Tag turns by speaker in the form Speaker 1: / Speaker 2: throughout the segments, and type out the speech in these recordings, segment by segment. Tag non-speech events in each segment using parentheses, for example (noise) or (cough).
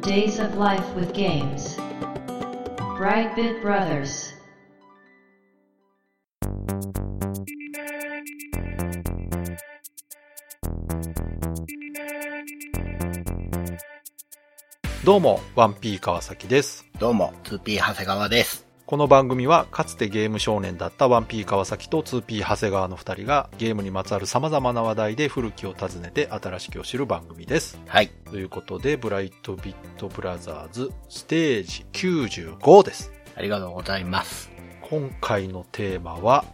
Speaker 1: Days of Life with Games. Brightbit Brothers.
Speaker 2: どうも、ワンピー川崎です。
Speaker 3: どうも、2P 長谷川です。
Speaker 2: この番組は、かつてゲーム少年だったワンピー川崎と 2P 長谷川の2人が、ゲームにまつわる様々な話題で古きを訪ねて新しきを知る番組です。
Speaker 3: はい。
Speaker 2: ということで、ブライトビットブラザーズステージ95です。
Speaker 3: ありがとうございます。
Speaker 2: 今回のテーマは、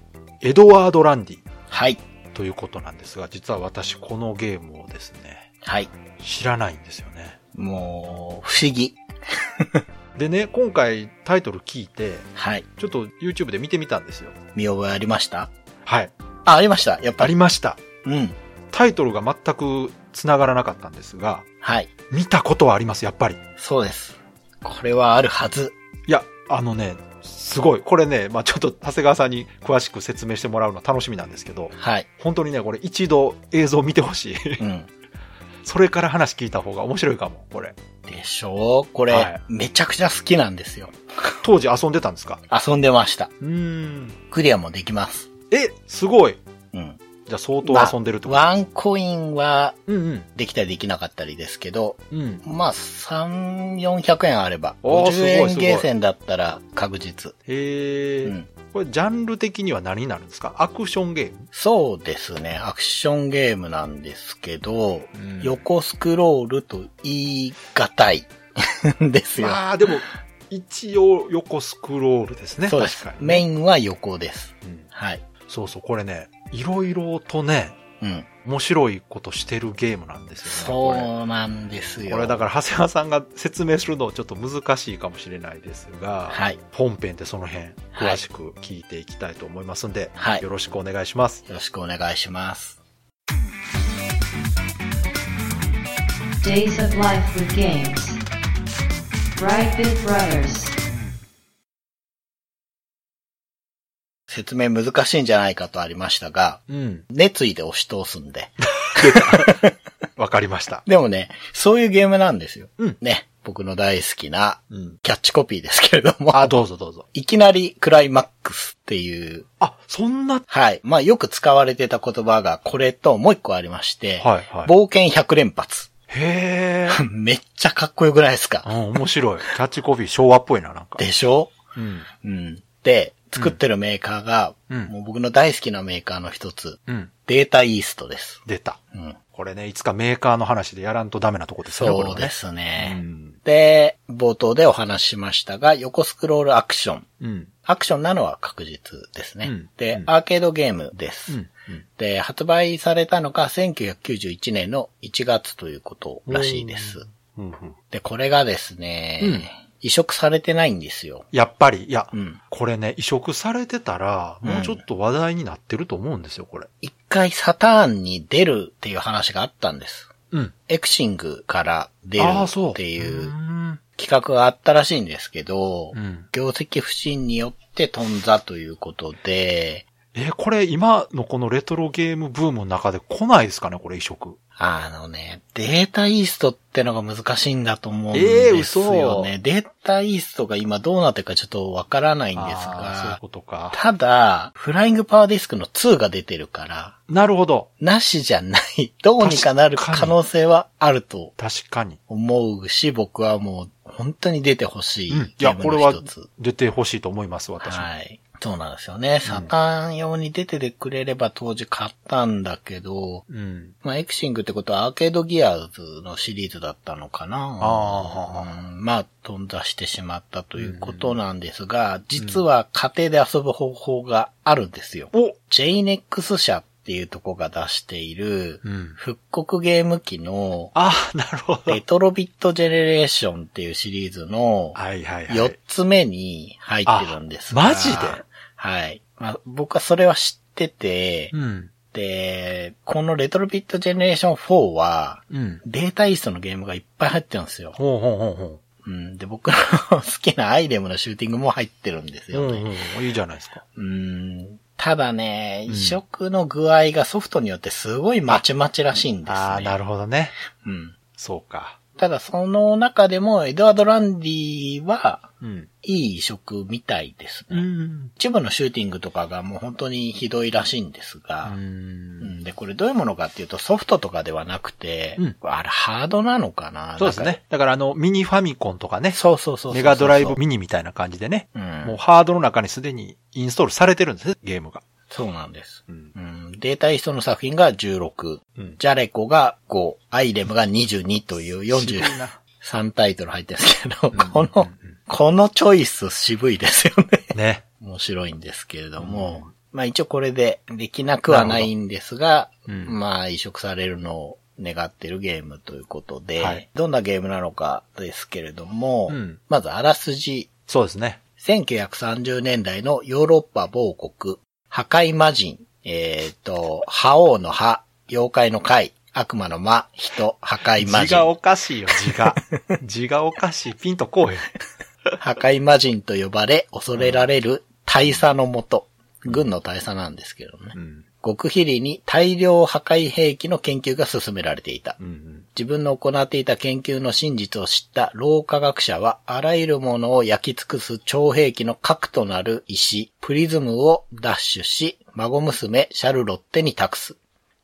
Speaker 2: エドワード・ランディ
Speaker 3: はい。
Speaker 2: ということなんですが、実は私このゲームをですね、
Speaker 3: はい。
Speaker 2: 知らないんですよね。
Speaker 3: もう、不思議。
Speaker 2: でね、今回タイトル聞いて、
Speaker 3: はい。
Speaker 2: ちょっと YouTube で見てみたんですよ。
Speaker 3: 見覚えありました
Speaker 2: はい。
Speaker 3: あ、ありました。やっ
Speaker 2: あ
Speaker 3: ぱ
Speaker 2: り
Speaker 3: り。
Speaker 2: ました。
Speaker 3: うん。
Speaker 2: タイトルが全く繋がらなかったんですが、
Speaker 3: はい。
Speaker 2: 見たことはあります、やっぱり。
Speaker 3: そうです。これはあるはず。
Speaker 2: いや、あのね、すごい。これね、まあちょっと長谷川さんに詳しく説明してもらうの楽しみなんですけど、
Speaker 3: はい。
Speaker 2: 本当にね、これ一度映像見てほしい。 (laughs)
Speaker 3: うん。
Speaker 2: それから話聞いた方が面白いかも、これ。
Speaker 3: でしょうこれ、
Speaker 2: はい
Speaker 3: めちゃくちゃ好きなんですよ。
Speaker 2: 当時遊んでたんですか
Speaker 3: 遊んでました。
Speaker 2: うーん。
Speaker 3: クリアもできます。
Speaker 2: え、すごい。
Speaker 3: うん。
Speaker 2: じゃあ相当遊んでるってこと
Speaker 3: ワンコインは、
Speaker 2: うん
Speaker 3: できたりできなかったりですけど、
Speaker 2: うん。うん。
Speaker 3: まあ、3、400円あれば、
Speaker 2: おーすご
Speaker 3: 50
Speaker 2: いすごい
Speaker 3: 円ゲーセンだったら確実。
Speaker 2: へえ、
Speaker 3: うん。
Speaker 2: これジャンル的には何になるんですかアクションゲーム
Speaker 3: そうですね。アクションゲームなんですけど、
Speaker 2: うん
Speaker 3: 横スクロールと言い難い (laughs) ですよ。
Speaker 2: まあでも、一応横スクロールですね。
Speaker 3: そうです
Speaker 2: 確。かに
Speaker 3: メインは横です。
Speaker 2: うん
Speaker 3: はい。
Speaker 2: そうそう、これね、いろいろとね、
Speaker 3: うん。
Speaker 2: 面白いことしてるゲームなんですよね。
Speaker 3: そうなんです
Speaker 2: これ
Speaker 3: よ。
Speaker 2: これだから、長谷川さんが説明するのちょっと難しいかもしれないですが、
Speaker 3: はい。よ
Speaker 2: 本編でその辺、
Speaker 3: はい
Speaker 2: 詳しく聞いていきたいと思いますんで、
Speaker 3: はい
Speaker 2: よろしくお願いします。
Speaker 3: ろしくお願いします。
Speaker 1: Days of Life with Games. Brightbit Brothers.
Speaker 3: 説明難しいんじゃないかとありましたが、
Speaker 2: うん。
Speaker 3: 熱意で押し通すんで。
Speaker 2: (laughs)
Speaker 3: (laughs)
Speaker 2: わかりました。
Speaker 3: でもね、そういうゲームなんですよ。
Speaker 2: うん
Speaker 3: ね。僕の大好きな
Speaker 2: うん。
Speaker 3: キャッチコピーですけれども、 (laughs)
Speaker 2: あ、どうぞどうぞ。
Speaker 3: いきなりクライマックスっていう
Speaker 2: あ、そんな、はい
Speaker 3: はい。まあ、よく使われてた言葉がこれともう一個ありまして、
Speaker 2: はい。
Speaker 3: 冒険100連発。 (laughs)
Speaker 2: へえ。
Speaker 3: めっちゃかっこよくないです
Speaker 2: うん
Speaker 3: か、
Speaker 2: 面白い。キャッチコピー昭和っぽいな、なんか。
Speaker 3: でしょ
Speaker 2: うん。
Speaker 3: うん。で、作ってるメーカーが、
Speaker 2: うん
Speaker 3: もう僕の大好きなメーカーの一つ、
Speaker 2: うん。
Speaker 3: データイーストです。
Speaker 2: 出た。
Speaker 3: うん。
Speaker 2: これね、いつかメーカーの話でやらんとダメなとこですね、これ
Speaker 3: そ
Speaker 2: は
Speaker 3: う
Speaker 2: ね
Speaker 3: で。す
Speaker 2: う
Speaker 3: ね。
Speaker 2: ん。
Speaker 3: で、冒頭でお話ししましたが、横スクロールアクション。
Speaker 2: うん。
Speaker 3: アクションなのは確実ですね。
Speaker 2: うん
Speaker 3: で、
Speaker 2: うん
Speaker 3: アーケードゲームです。
Speaker 2: うん。うん
Speaker 3: で、発売されたのが1991年の1月ということらしいです。
Speaker 2: うんうん
Speaker 3: で、これがですね、
Speaker 2: うん
Speaker 3: 移植されてないんですよ。
Speaker 2: やっぱり、いや、
Speaker 3: うん。
Speaker 2: これね、移植されてたら、もうちょっと話題になってると思うんですよ、これ。
Speaker 3: 一回サターンに出るっていう話があったんです。
Speaker 2: うん。
Speaker 3: エクシングから出る
Speaker 2: ああ、そう。
Speaker 3: っていう
Speaker 2: うん。
Speaker 3: 企画があったらしいんですけど、
Speaker 2: うん
Speaker 3: 業績不振によって飛んだということで、
Speaker 2: えーこれ今のこのレトロゲームブームの中で来ないですかね、これ移植。
Speaker 3: あのね、データイーストってのが難しいんだと思うんですよね。
Speaker 2: え
Speaker 3: データイーストが今どうなってるかちょっとわからないんです
Speaker 2: あーそういう
Speaker 3: が、
Speaker 2: ことか。
Speaker 3: ただ、フライングパワーディスクの2が出てるから、
Speaker 2: なるほど。
Speaker 3: なしじゃない。 (laughs) どうにかなる
Speaker 2: 確かに
Speaker 3: 可能性はあると
Speaker 2: 確かに。
Speaker 3: 思うし、僕はもう本当に出てほしい
Speaker 2: うん。い
Speaker 3: ゲ
Speaker 2: や、
Speaker 3: ー
Speaker 2: こ
Speaker 3: ム
Speaker 2: れ
Speaker 3: の
Speaker 2: は
Speaker 3: 一つ。
Speaker 2: 出てほしいと思います、私も。
Speaker 3: はい。そうなんですよね。サターン用に出ててくれれば当時買ったんだけど、
Speaker 2: うん。
Speaker 3: まあ、エクシングってことはアーケードギアーズのシリーズだったのかな。
Speaker 2: あ
Speaker 3: うんまあ、飛んだしてしまったということなんですが、実は家庭で遊ぶ方法があるんですよ。
Speaker 2: お
Speaker 3: JNEX 社っていうとこが出している、
Speaker 2: うん。
Speaker 3: 復刻ゲーム機の
Speaker 2: ああ、なるほど。
Speaker 3: レトロビットジェネレーションっていうシリーズの
Speaker 2: はいはいは
Speaker 3: 4
Speaker 2: い。
Speaker 3: つ目に入ってるんですが
Speaker 2: あマジで
Speaker 3: はい。まあ、僕はそれは知ってて、
Speaker 2: うん。
Speaker 3: で、このレトロビットジェネレーション4は、
Speaker 2: うん。
Speaker 3: データイーストのゲームがいっぱい入ってるんですよ。
Speaker 2: ほうほうほうほ
Speaker 3: うん、で、僕の好きなアイレムのシューティングも入ってるんです
Speaker 2: う。う
Speaker 3: よ
Speaker 2: ん
Speaker 3: ね。
Speaker 2: うん。いいじゃないですか。
Speaker 3: うん、ただね、
Speaker 2: うん
Speaker 3: 移植の具合がソフトによってすごいまちまちらしいんですね。
Speaker 2: ああ、なるほどね。
Speaker 3: うん。
Speaker 2: そうか。
Speaker 3: ただその中でもエドワード・ランディは
Speaker 2: うん。
Speaker 3: いい移植みたいです
Speaker 2: う
Speaker 3: ね。
Speaker 2: ん。
Speaker 3: 一部のシューティングとかがもう本当にひどいらしいんですが、うんで、これどういうものかっていうとソフトとかではなくて、
Speaker 2: うん
Speaker 3: あれハードなのかな
Speaker 2: そうです。
Speaker 3: なんか
Speaker 2: ね。だからあの、ミニファミコンとかね、
Speaker 3: そうそうそうそうそう。
Speaker 2: メガドライブミニみたいな感じでね、
Speaker 3: うん、
Speaker 2: もうハードの中にすでにインストールされてるんですね、ゲームが。
Speaker 3: そうなんです。
Speaker 2: うん
Speaker 3: うん、データリストの作品が16、
Speaker 2: うん
Speaker 3: ジャレコが5、アイレムが22という43
Speaker 2: な。
Speaker 3: タイトル入ってるんですけど、
Speaker 2: ん
Speaker 3: この、このチョイス渋いですよね。
Speaker 2: ね。
Speaker 3: 面白いんですけれども、まあ一応これでできなくはないんですが、
Speaker 2: なるほどうん
Speaker 3: まあ移植されるのを願ってるゲームということで、
Speaker 2: はい
Speaker 3: どんなゲームなのかですけれども、
Speaker 2: うん
Speaker 3: まずあらすじ
Speaker 2: そうですね。
Speaker 3: 1930年代のヨーロッパ某国、破壊魔人、えっ、と、覇王の覇、妖怪の怪、悪魔の魔、人、破壊魔
Speaker 2: 字が
Speaker 3: 人。
Speaker 2: おかしいよ、字が。字がおかしい。ピンとこうへん。
Speaker 3: 破壊魔人と呼ばれ、恐れられる大佐のもと。軍の大佐なんですけどね。
Speaker 2: うん。
Speaker 3: 極秘裏に大量破壊兵器の研究が進められていた
Speaker 2: う。ん。
Speaker 3: 自分の行っていた研究の真実を知った老科学者は、あらゆるものを焼き尽くす超兵器の核となる石、プリズムを奪取し、孫娘、シャルロッテに託す。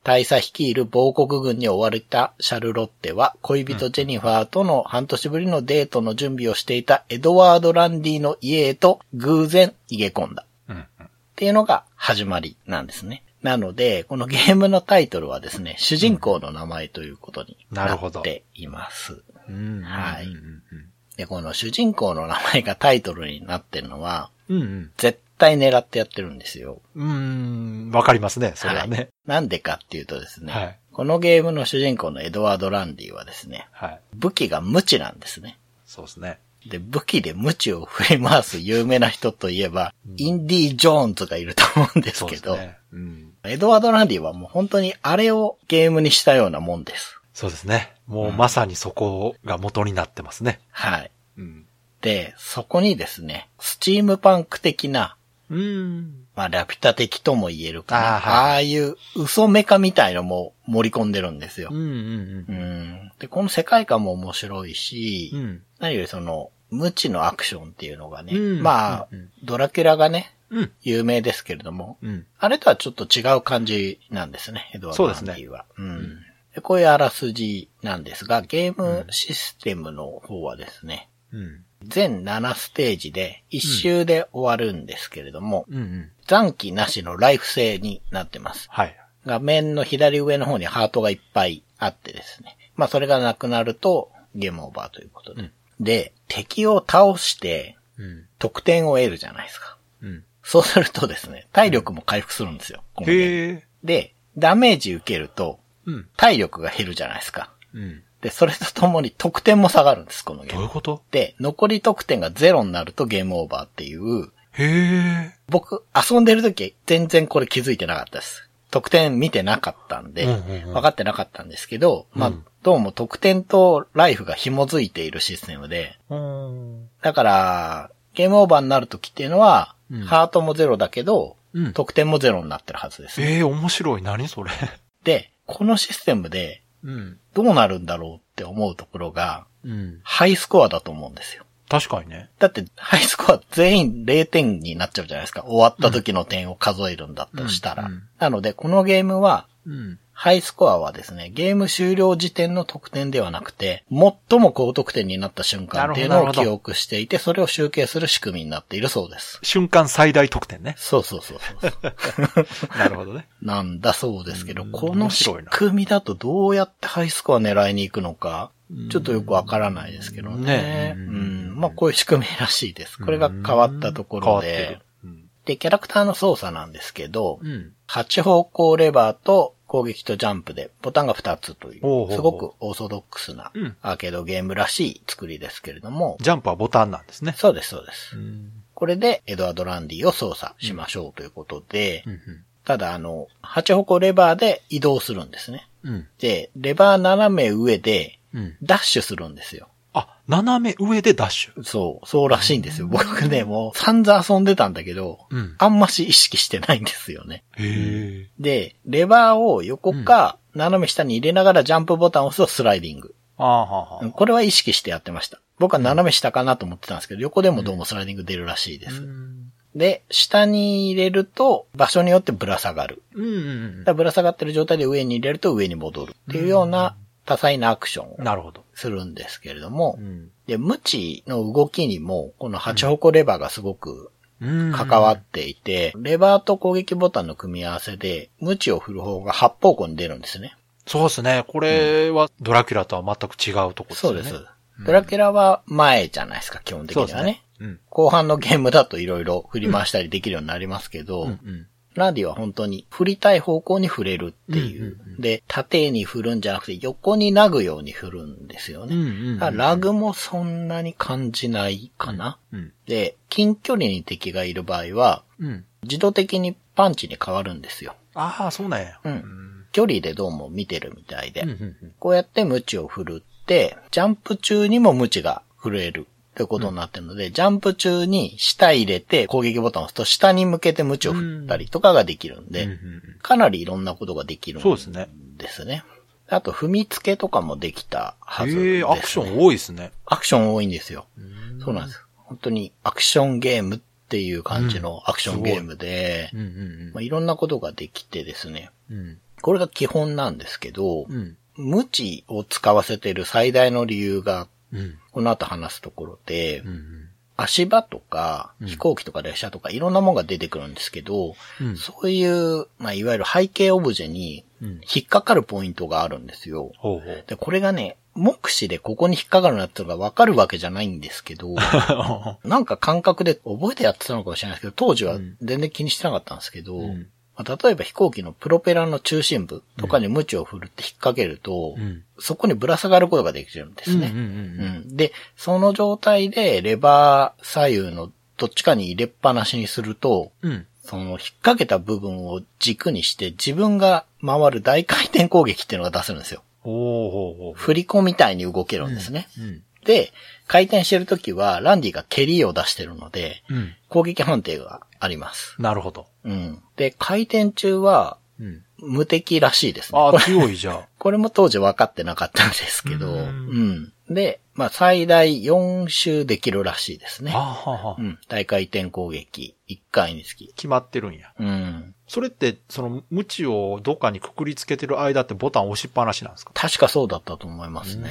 Speaker 3: 大佐率いる亡国軍に追われたシャルロッテは、恋人ジェニファーとの半年ぶりのデートの準備をしていたエドワード・ランディの家へと偶然逃げ込んだ。
Speaker 2: うん。
Speaker 3: っていうのが始まりなんですね。なので、このゲームのタイトルはですね、主人公の名前ということに
Speaker 2: な
Speaker 3: な
Speaker 2: るほど
Speaker 3: っています。
Speaker 2: うん。
Speaker 3: はい
Speaker 2: うん
Speaker 3: で、この主人公の名前がタイトルになってるのは、
Speaker 2: うん。うん
Speaker 3: 絶対狙ってやってるんですよ。
Speaker 2: うん。うん。わかりますね、それはね。
Speaker 3: なんでかっていうとですね、
Speaker 2: はい
Speaker 3: このゲームの主人公のエドワード・ランディはですね、
Speaker 2: はい。
Speaker 3: 武器が無知なんですね。
Speaker 2: そうですね。
Speaker 3: で、武器で無知を振り回す有名な人といえば、インディ・ジョーンズがいると思うんです
Speaker 2: そう
Speaker 3: け
Speaker 2: です
Speaker 3: ど、
Speaker 2: ね。うん。
Speaker 3: エドワード・ランディはもう本当にあれをゲームにしたようなもんです。
Speaker 2: そうですね。もうまさにそこが元になってますね。
Speaker 3: はい。
Speaker 2: うん。
Speaker 3: で、そこにですね、スチームパンク的な、
Speaker 2: うん。
Speaker 3: まあ、ラピュタ的とも言えるかな。
Speaker 2: あ
Speaker 3: あ
Speaker 2: ーはい
Speaker 3: あいう嘘メカみたいのも盛り込んでるんですよ
Speaker 2: うん。。うん。
Speaker 3: うん。で、この世界観も面白いし、
Speaker 2: うん。
Speaker 3: 何よりその、無知のアクションっていうのがね、
Speaker 2: うん
Speaker 3: まあ、
Speaker 2: うんうん
Speaker 3: ドラキュラがね、
Speaker 2: うん。
Speaker 3: 有名ですけれども、
Speaker 2: うん。
Speaker 3: あれとはちょっと違う感じなんですね、エドワード・ランディは。う
Speaker 2: うん
Speaker 3: んでこういうあらすじなんですが、ゲームシステムの方はですね、
Speaker 2: うん。
Speaker 3: 全7ステージで1周で終わるんですけれども、
Speaker 2: うん。うん。
Speaker 3: 残機なしのライフ制になってます。
Speaker 2: はい。
Speaker 3: 画面の左上の方にハートがいっぱいあってですね。まあそれがなくなるとゲームオーバーということで。
Speaker 2: うん
Speaker 3: で、敵を倒して
Speaker 2: うん。
Speaker 3: 得点を得るじゃないですか。
Speaker 2: うん。
Speaker 3: そうするとですね、体力も回復するんですよ。このゲーム
Speaker 2: へえ。
Speaker 3: で、ダメージ受けると
Speaker 2: うん。
Speaker 3: 体力が減るじゃないですか。
Speaker 2: うん。
Speaker 3: で、それとともに得点も下がるんです、このゲー
Speaker 2: どう
Speaker 3: ム
Speaker 2: いう。こと
Speaker 3: で、残り得点がゼロになるとゲームオーバーっていう、
Speaker 2: へえ。
Speaker 3: 僕、遊んでる時全然これ気づいてなかったです。得点見てなかったんで、
Speaker 2: うんうんうん
Speaker 3: 分かってなかったんですけど、ま
Speaker 2: う
Speaker 3: あ
Speaker 2: ん、
Speaker 3: どうも得点とライフが紐づいているシステムで、
Speaker 2: うん。
Speaker 3: だから、ゲームオーバーになる時っていうのは、
Speaker 2: うん
Speaker 3: ハートもゼロだけど、
Speaker 2: うん。
Speaker 3: 得点もゼロになってるはずです。
Speaker 2: ええ、面白い。何それ。
Speaker 3: で、このシステムで
Speaker 2: うん。
Speaker 3: どうなるんだろうって思うところが、
Speaker 2: うん。
Speaker 3: ハイスコアだと思うんですよ。
Speaker 2: 確かにね。
Speaker 3: だって、ハイスコア全員0点になっちゃうじゃないですか。終わった時の点を数えるんだとしたら。
Speaker 2: うんうん
Speaker 3: なので、このゲームは、
Speaker 2: うん。
Speaker 3: ハイスコアはですね、ゲーム終了時点の得点ではなくて、最も高得点になった瞬間っていう
Speaker 2: な
Speaker 3: の
Speaker 2: る
Speaker 3: を
Speaker 2: ほど
Speaker 3: 記憶していて、それを集計する仕組みになっているそうです。
Speaker 2: 瞬間最大得点ね。
Speaker 3: そうそうそう
Speaker 2: (laughs)
Speaker 3: そう。
Speaker 2: なるほどね。
Speaker 3: なんだそうですけど、
Speaker 2: うん
Speaker 3: この
Speaker 2: 面
Speaker 3: 仕
Speaker 2: 白いな
Speaker 3: 組みだとどうやってハイスコア狙いに行くのか
Speaker 2: うん、
Speaker 3: ちょっとよくわからないですけど
Speaker 2: ね
Speaker 3: ね。
Speaker 2: う
Speaker 3: うんん。まあ、こういう仕組みらしいです。これが変わったところで。
Speaker 2: 変わって
Speaker 3: で、キャラクターの操作なんですけど、
Speaker 2: る。うん。
Speaker 3: 8方向レバーと攻撃とジャンプでボタンが2つとい
Speaker 2: ほうほう
Speaker 3: う、すごくオーソドックスな
Speaker 2: うん
Speaker 3: アーケードゲームらしい作りですけれども、
Speaker 2: ジャンプはボタンなんですね。
Speaker 3: そうです、そう
Speaker 2: う
Speaker 3: です。
Speaker 2: ん。
Speaker 3: これでエドワード・ランディを操作しましょうということで
Speaker 2: う、ん。
Speaker 3: ただあの、8方向レバーで移動するんですね。
Speaker 2: うん。
Speaker 3: で、レバー斜め上で
Speaker 2: うん。
Speaker 3: ダッシュするんですよ。
Speaker 2: あ、斜め上でダッシュ。
Speaker 3: そう、そうらしいんですよ。僕ね、もう散々遊んでたんだけど、
Speaker 2: うん。
Speaker 3: あんまし意識してないんですよね。
Speaker 2: へえ。
Speaker 3: で、レバーを横か、斜め下に入れながらジャンプボタンを押すとスライディング。
Speaker 2: ああ、はあは
Speaker 3: うん
Speaker 2: あ。
Speaker 3: これは意識してやってました。僕は斜め下かなと思ってたんですけど、横でもどうもスライディング出るらしいで
Speaker 2: う
Speaker 3: す。
Speaker 2: ん。
Speaker 3: で、下に入れると、場所によってぶら下がる。
Speaker 2: うんうん
Speaker 3: だからぶら下がってる状態で上に入れると上に戻るっていうような多彩なアクションを
Speaker 2: うん。なるほど。
Speaker 3: するんですけれども
Speaker 2: う、ん。
Speaker 3: で、無知の動きにも、この8方向レバーがすごく関わ
Speaker 2: っ
Speaker 3: っていて、レバーと攻撃ボタンの組み合わせで、無知を振る方が8方向に出るんですね。
Speaker 2: そうですね。これはドラキュラとは全く違うところです
Speaker 3: そ
Speaker 2: よ
Speaker 3: う
Speaker 2: ね。
Speaker 3: です。ドラキュラは前じゃないですか、基本的
Speaker 2: そう
Speaker 3: に
Speaker 2: です
Speaker 3: は
Speaker 2: ね
Speaker 3: ね。。
Speaker 2: うん。
Speaker 3: 後半のゲームだと色々振り回したりできるようになりますけど、
Speaker 2: うんうん。
Speaker 3: ラディは本当に振りたい方向に振れるっていう。
Speaker 2: うんうんうん
Speaker 3: で、縦に振るんじゃなくて横になぐように振るんですよ
Speaker 2: う
Speaker 3: ね。
Speaker 2: んうんうん。
Speaker 3: だからラグもそんなに感じないかな。
Speaker 2: うん。
Speaker 3: で、近距離に敵がいる場合は、
Speaker 2: うん。
Speaker 3: 自動的にパンチに変わるんですよ。
Speaker 2: ああ、そうなんや。
Speaker 3: うん
Speaker 2: うん。
Speaker 3: 距離でどうも見てるみたいで。
Speaker 2: うんうん
Speaker 3: こうやって無知を振るって、ジャンプ中にも無知が震えるってことになってるので、ジャンプ中に下入れて攻撃ボタンを押すと下に向けて無知を振ったりとかができるん
Speaker 2: うん。
Speaker 3: で、
Speaker 2: うんうん
Speaker 3: かなりいろんなことができるん
Speaker 2: そうですね。
Speaker 3: ですね。あと、踏みつけとかもできたはずです、ね。
Speaker 2: ええ、アクション多いですね。
Speaker 3: アクション多いんですよ。そうなんです。本当にアクションゲームっていう感じのアクションゲームで、
Speaker 2: うんうん
Speaker 3: まあ、いろんなことができてですね。
Speaker 2: うん。うん。
Speaker 3: これが基本なんですけど、
Speaker 2: うん。
Speaker 3: 無知を使わせてる最大の理由が、
Speaker 2: うん。
Speaker 3: この後話すところで、
Speaker 2: うん。
Speaker 3: 足場とか
Speaker 2: うん
Speaker 3: 飛行機とか列車とかいろんなものが出てくるんですけど、
Speaker 2: うん
Speaker 3: そういう、まあ、いわゆる背景オブジェに
Speaker 2: うん。
Speaker 3: 引っかかるポイントがあるんですよ。
Speaker 2: ほうほう。
Speaker 3: で、これがね、目視でここに引っかかるなってのがわかるわけじゃないんです
Speaker 2: (laughs)
Speaker 3: けど、なんか感覚で覚えてやってたのかもしれないですけど、当時は全然気にしてなかったんですけど、
Speaker 2: うん
Speaker 3: まあ例えば飛行機のプロペラの中心部とかに無知を振るって引っ掛けると、
Speaker 2: うん。
Speaker 3: そこにぶら下がることができるんです
Speaker 2: うん
Speaker 3: ね。
Speaker 2: うん
Speaker 3: う
Speaker 2: うん
Speaker 3: んで、その状態でレバー左右のどっちかに入れっぱなしにすると、
Speaker 2: うん。
Speaker 3: その引っ掛けた部分を軸にして自分が回る大回転攻撃っていうのが出せるんですよ。
Speaker 2: ほうほうほう。
Speaker 3: 振り子みたいに動けるんですね。
Speaker 2: うん。
Speaker 3: で、回転してるときはランディが蹴りを出してるので、
Speaker 2: うん。
Speaker 3: 攻撃判定があります。
Speaker 2: なるほど。
Speaker 3: うん。で、回転中は
Speaker 2: うん。
Speaker 3: 無敵らしいですね。
Speaker 2: あ
Speaker 3: こ
Speaker 2: あ、
Speaker 3: れ
Speaker 2: 強いじゃん。
Speaker 3: これも当時分かってなかったんですけど、
Speaker 2: う
Speaker 3: うんん。で、まあ最大4周できるらしいですね
Speaker 2: あ。あ、はあは
Speaker 3: う
Speaker 2: あ。
Speaker 3: ん。大回転攻撃、1回につき。
Speaker 2: 決まってるんや。
Speaker 3: うん。
Speaker 2: それって、その、無知をどっかにくくりつけてる間ってボタン押しっぱなしなんですか
Speaker 3: 確かそうだったと思いますね。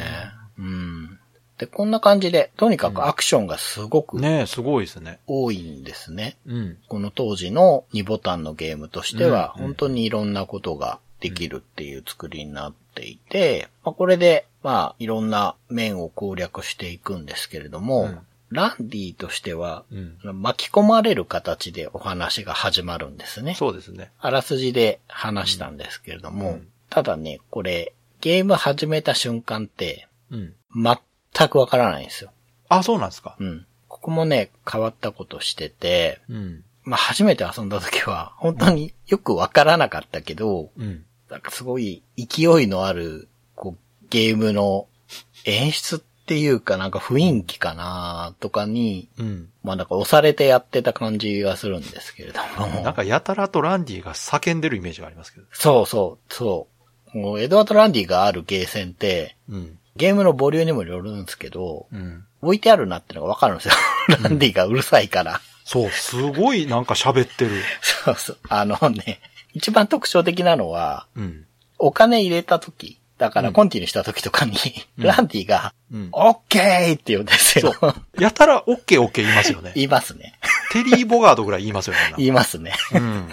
Speaker 3: うん。で、こんな感じで、とにかくアクションがすごく
Speaker 2: ねえ、すごいですね。
Speaker 3: 多いんですね。
Speaker 2: うん。
Speaker 3: この当時の2ボタンのゲームとしては、
Speaker 2: うんうん
Speaker 3: 本当にいろんなことができるっていう作りになっていて、まあ、これで、まあ、いろんな面を攻略していくんですけれども、
Speaker 2: うん
Speaker 3: ランディとしては、
Speaker 2: うん。
Speaker 3: 巻き込まれる形でお話が始まるんですね。
Speaker 2: そうですね。
Speaker 3: あらすじで話したんですけれども、
Speaker 2: うん
Speaker 3: ただね、これ、ゲーム始めた瞬間って、
Speaker 2: うん。
Speaker 3: 全くわからないんですよ。
Speaker 2: あ、そうなんですか。
Speaker 3: うん。ここもね、変わったことしてて、
Speaker 2: うん。
Speaker 3: まあ、初めて遊んだ時は、 (laughs) 本当によくわからなかったけど、
Speaker 2: うん。
Speaker 3: なんかすごい勢いのある、こう、ゲームの演出っていうかなんか雰囲気かなとかに、
Speaker 2: うん。
Speaker 3: まあなんか押されてやってた感じがするんですけれど
Speaker 2: なん
Speaker 3: も。
Speaker 2: か、やたらとランディが叫んでるイメージがありますけど。
Speaker 3: そうそう、そう。もうエドワード・ランディがあるゲーセンって、
Speaker 2: うん。
Speaker 3: ゲームのボリュームにもよるんですけど、
Speaker 2: うん。
Speaker 3: 置いてあるなってのがわかるんですよ。ランディがうるさいから。
Speaker 2: そう、すごいなんか喋ってる。
Speaker 3: そうそう。あのね、一番特徴的なのは、
Speaker 2: うん。
Speaker 3: お金入れた時、だからコンティニューした時とかに、
Speaker 2: うん
Speaker 3: ランディが、
Speaker 2: うん。
Speaker 3: オッケーって言うんですよ。
Speaker 2: やたら、オッケーオッケー言いますよね。
Speaker 3: 言いますね。
Speaker 2: テリー・ボガードぐらい言いますよね。
Speaker 3: 言いますね。
Speaker 2: うん。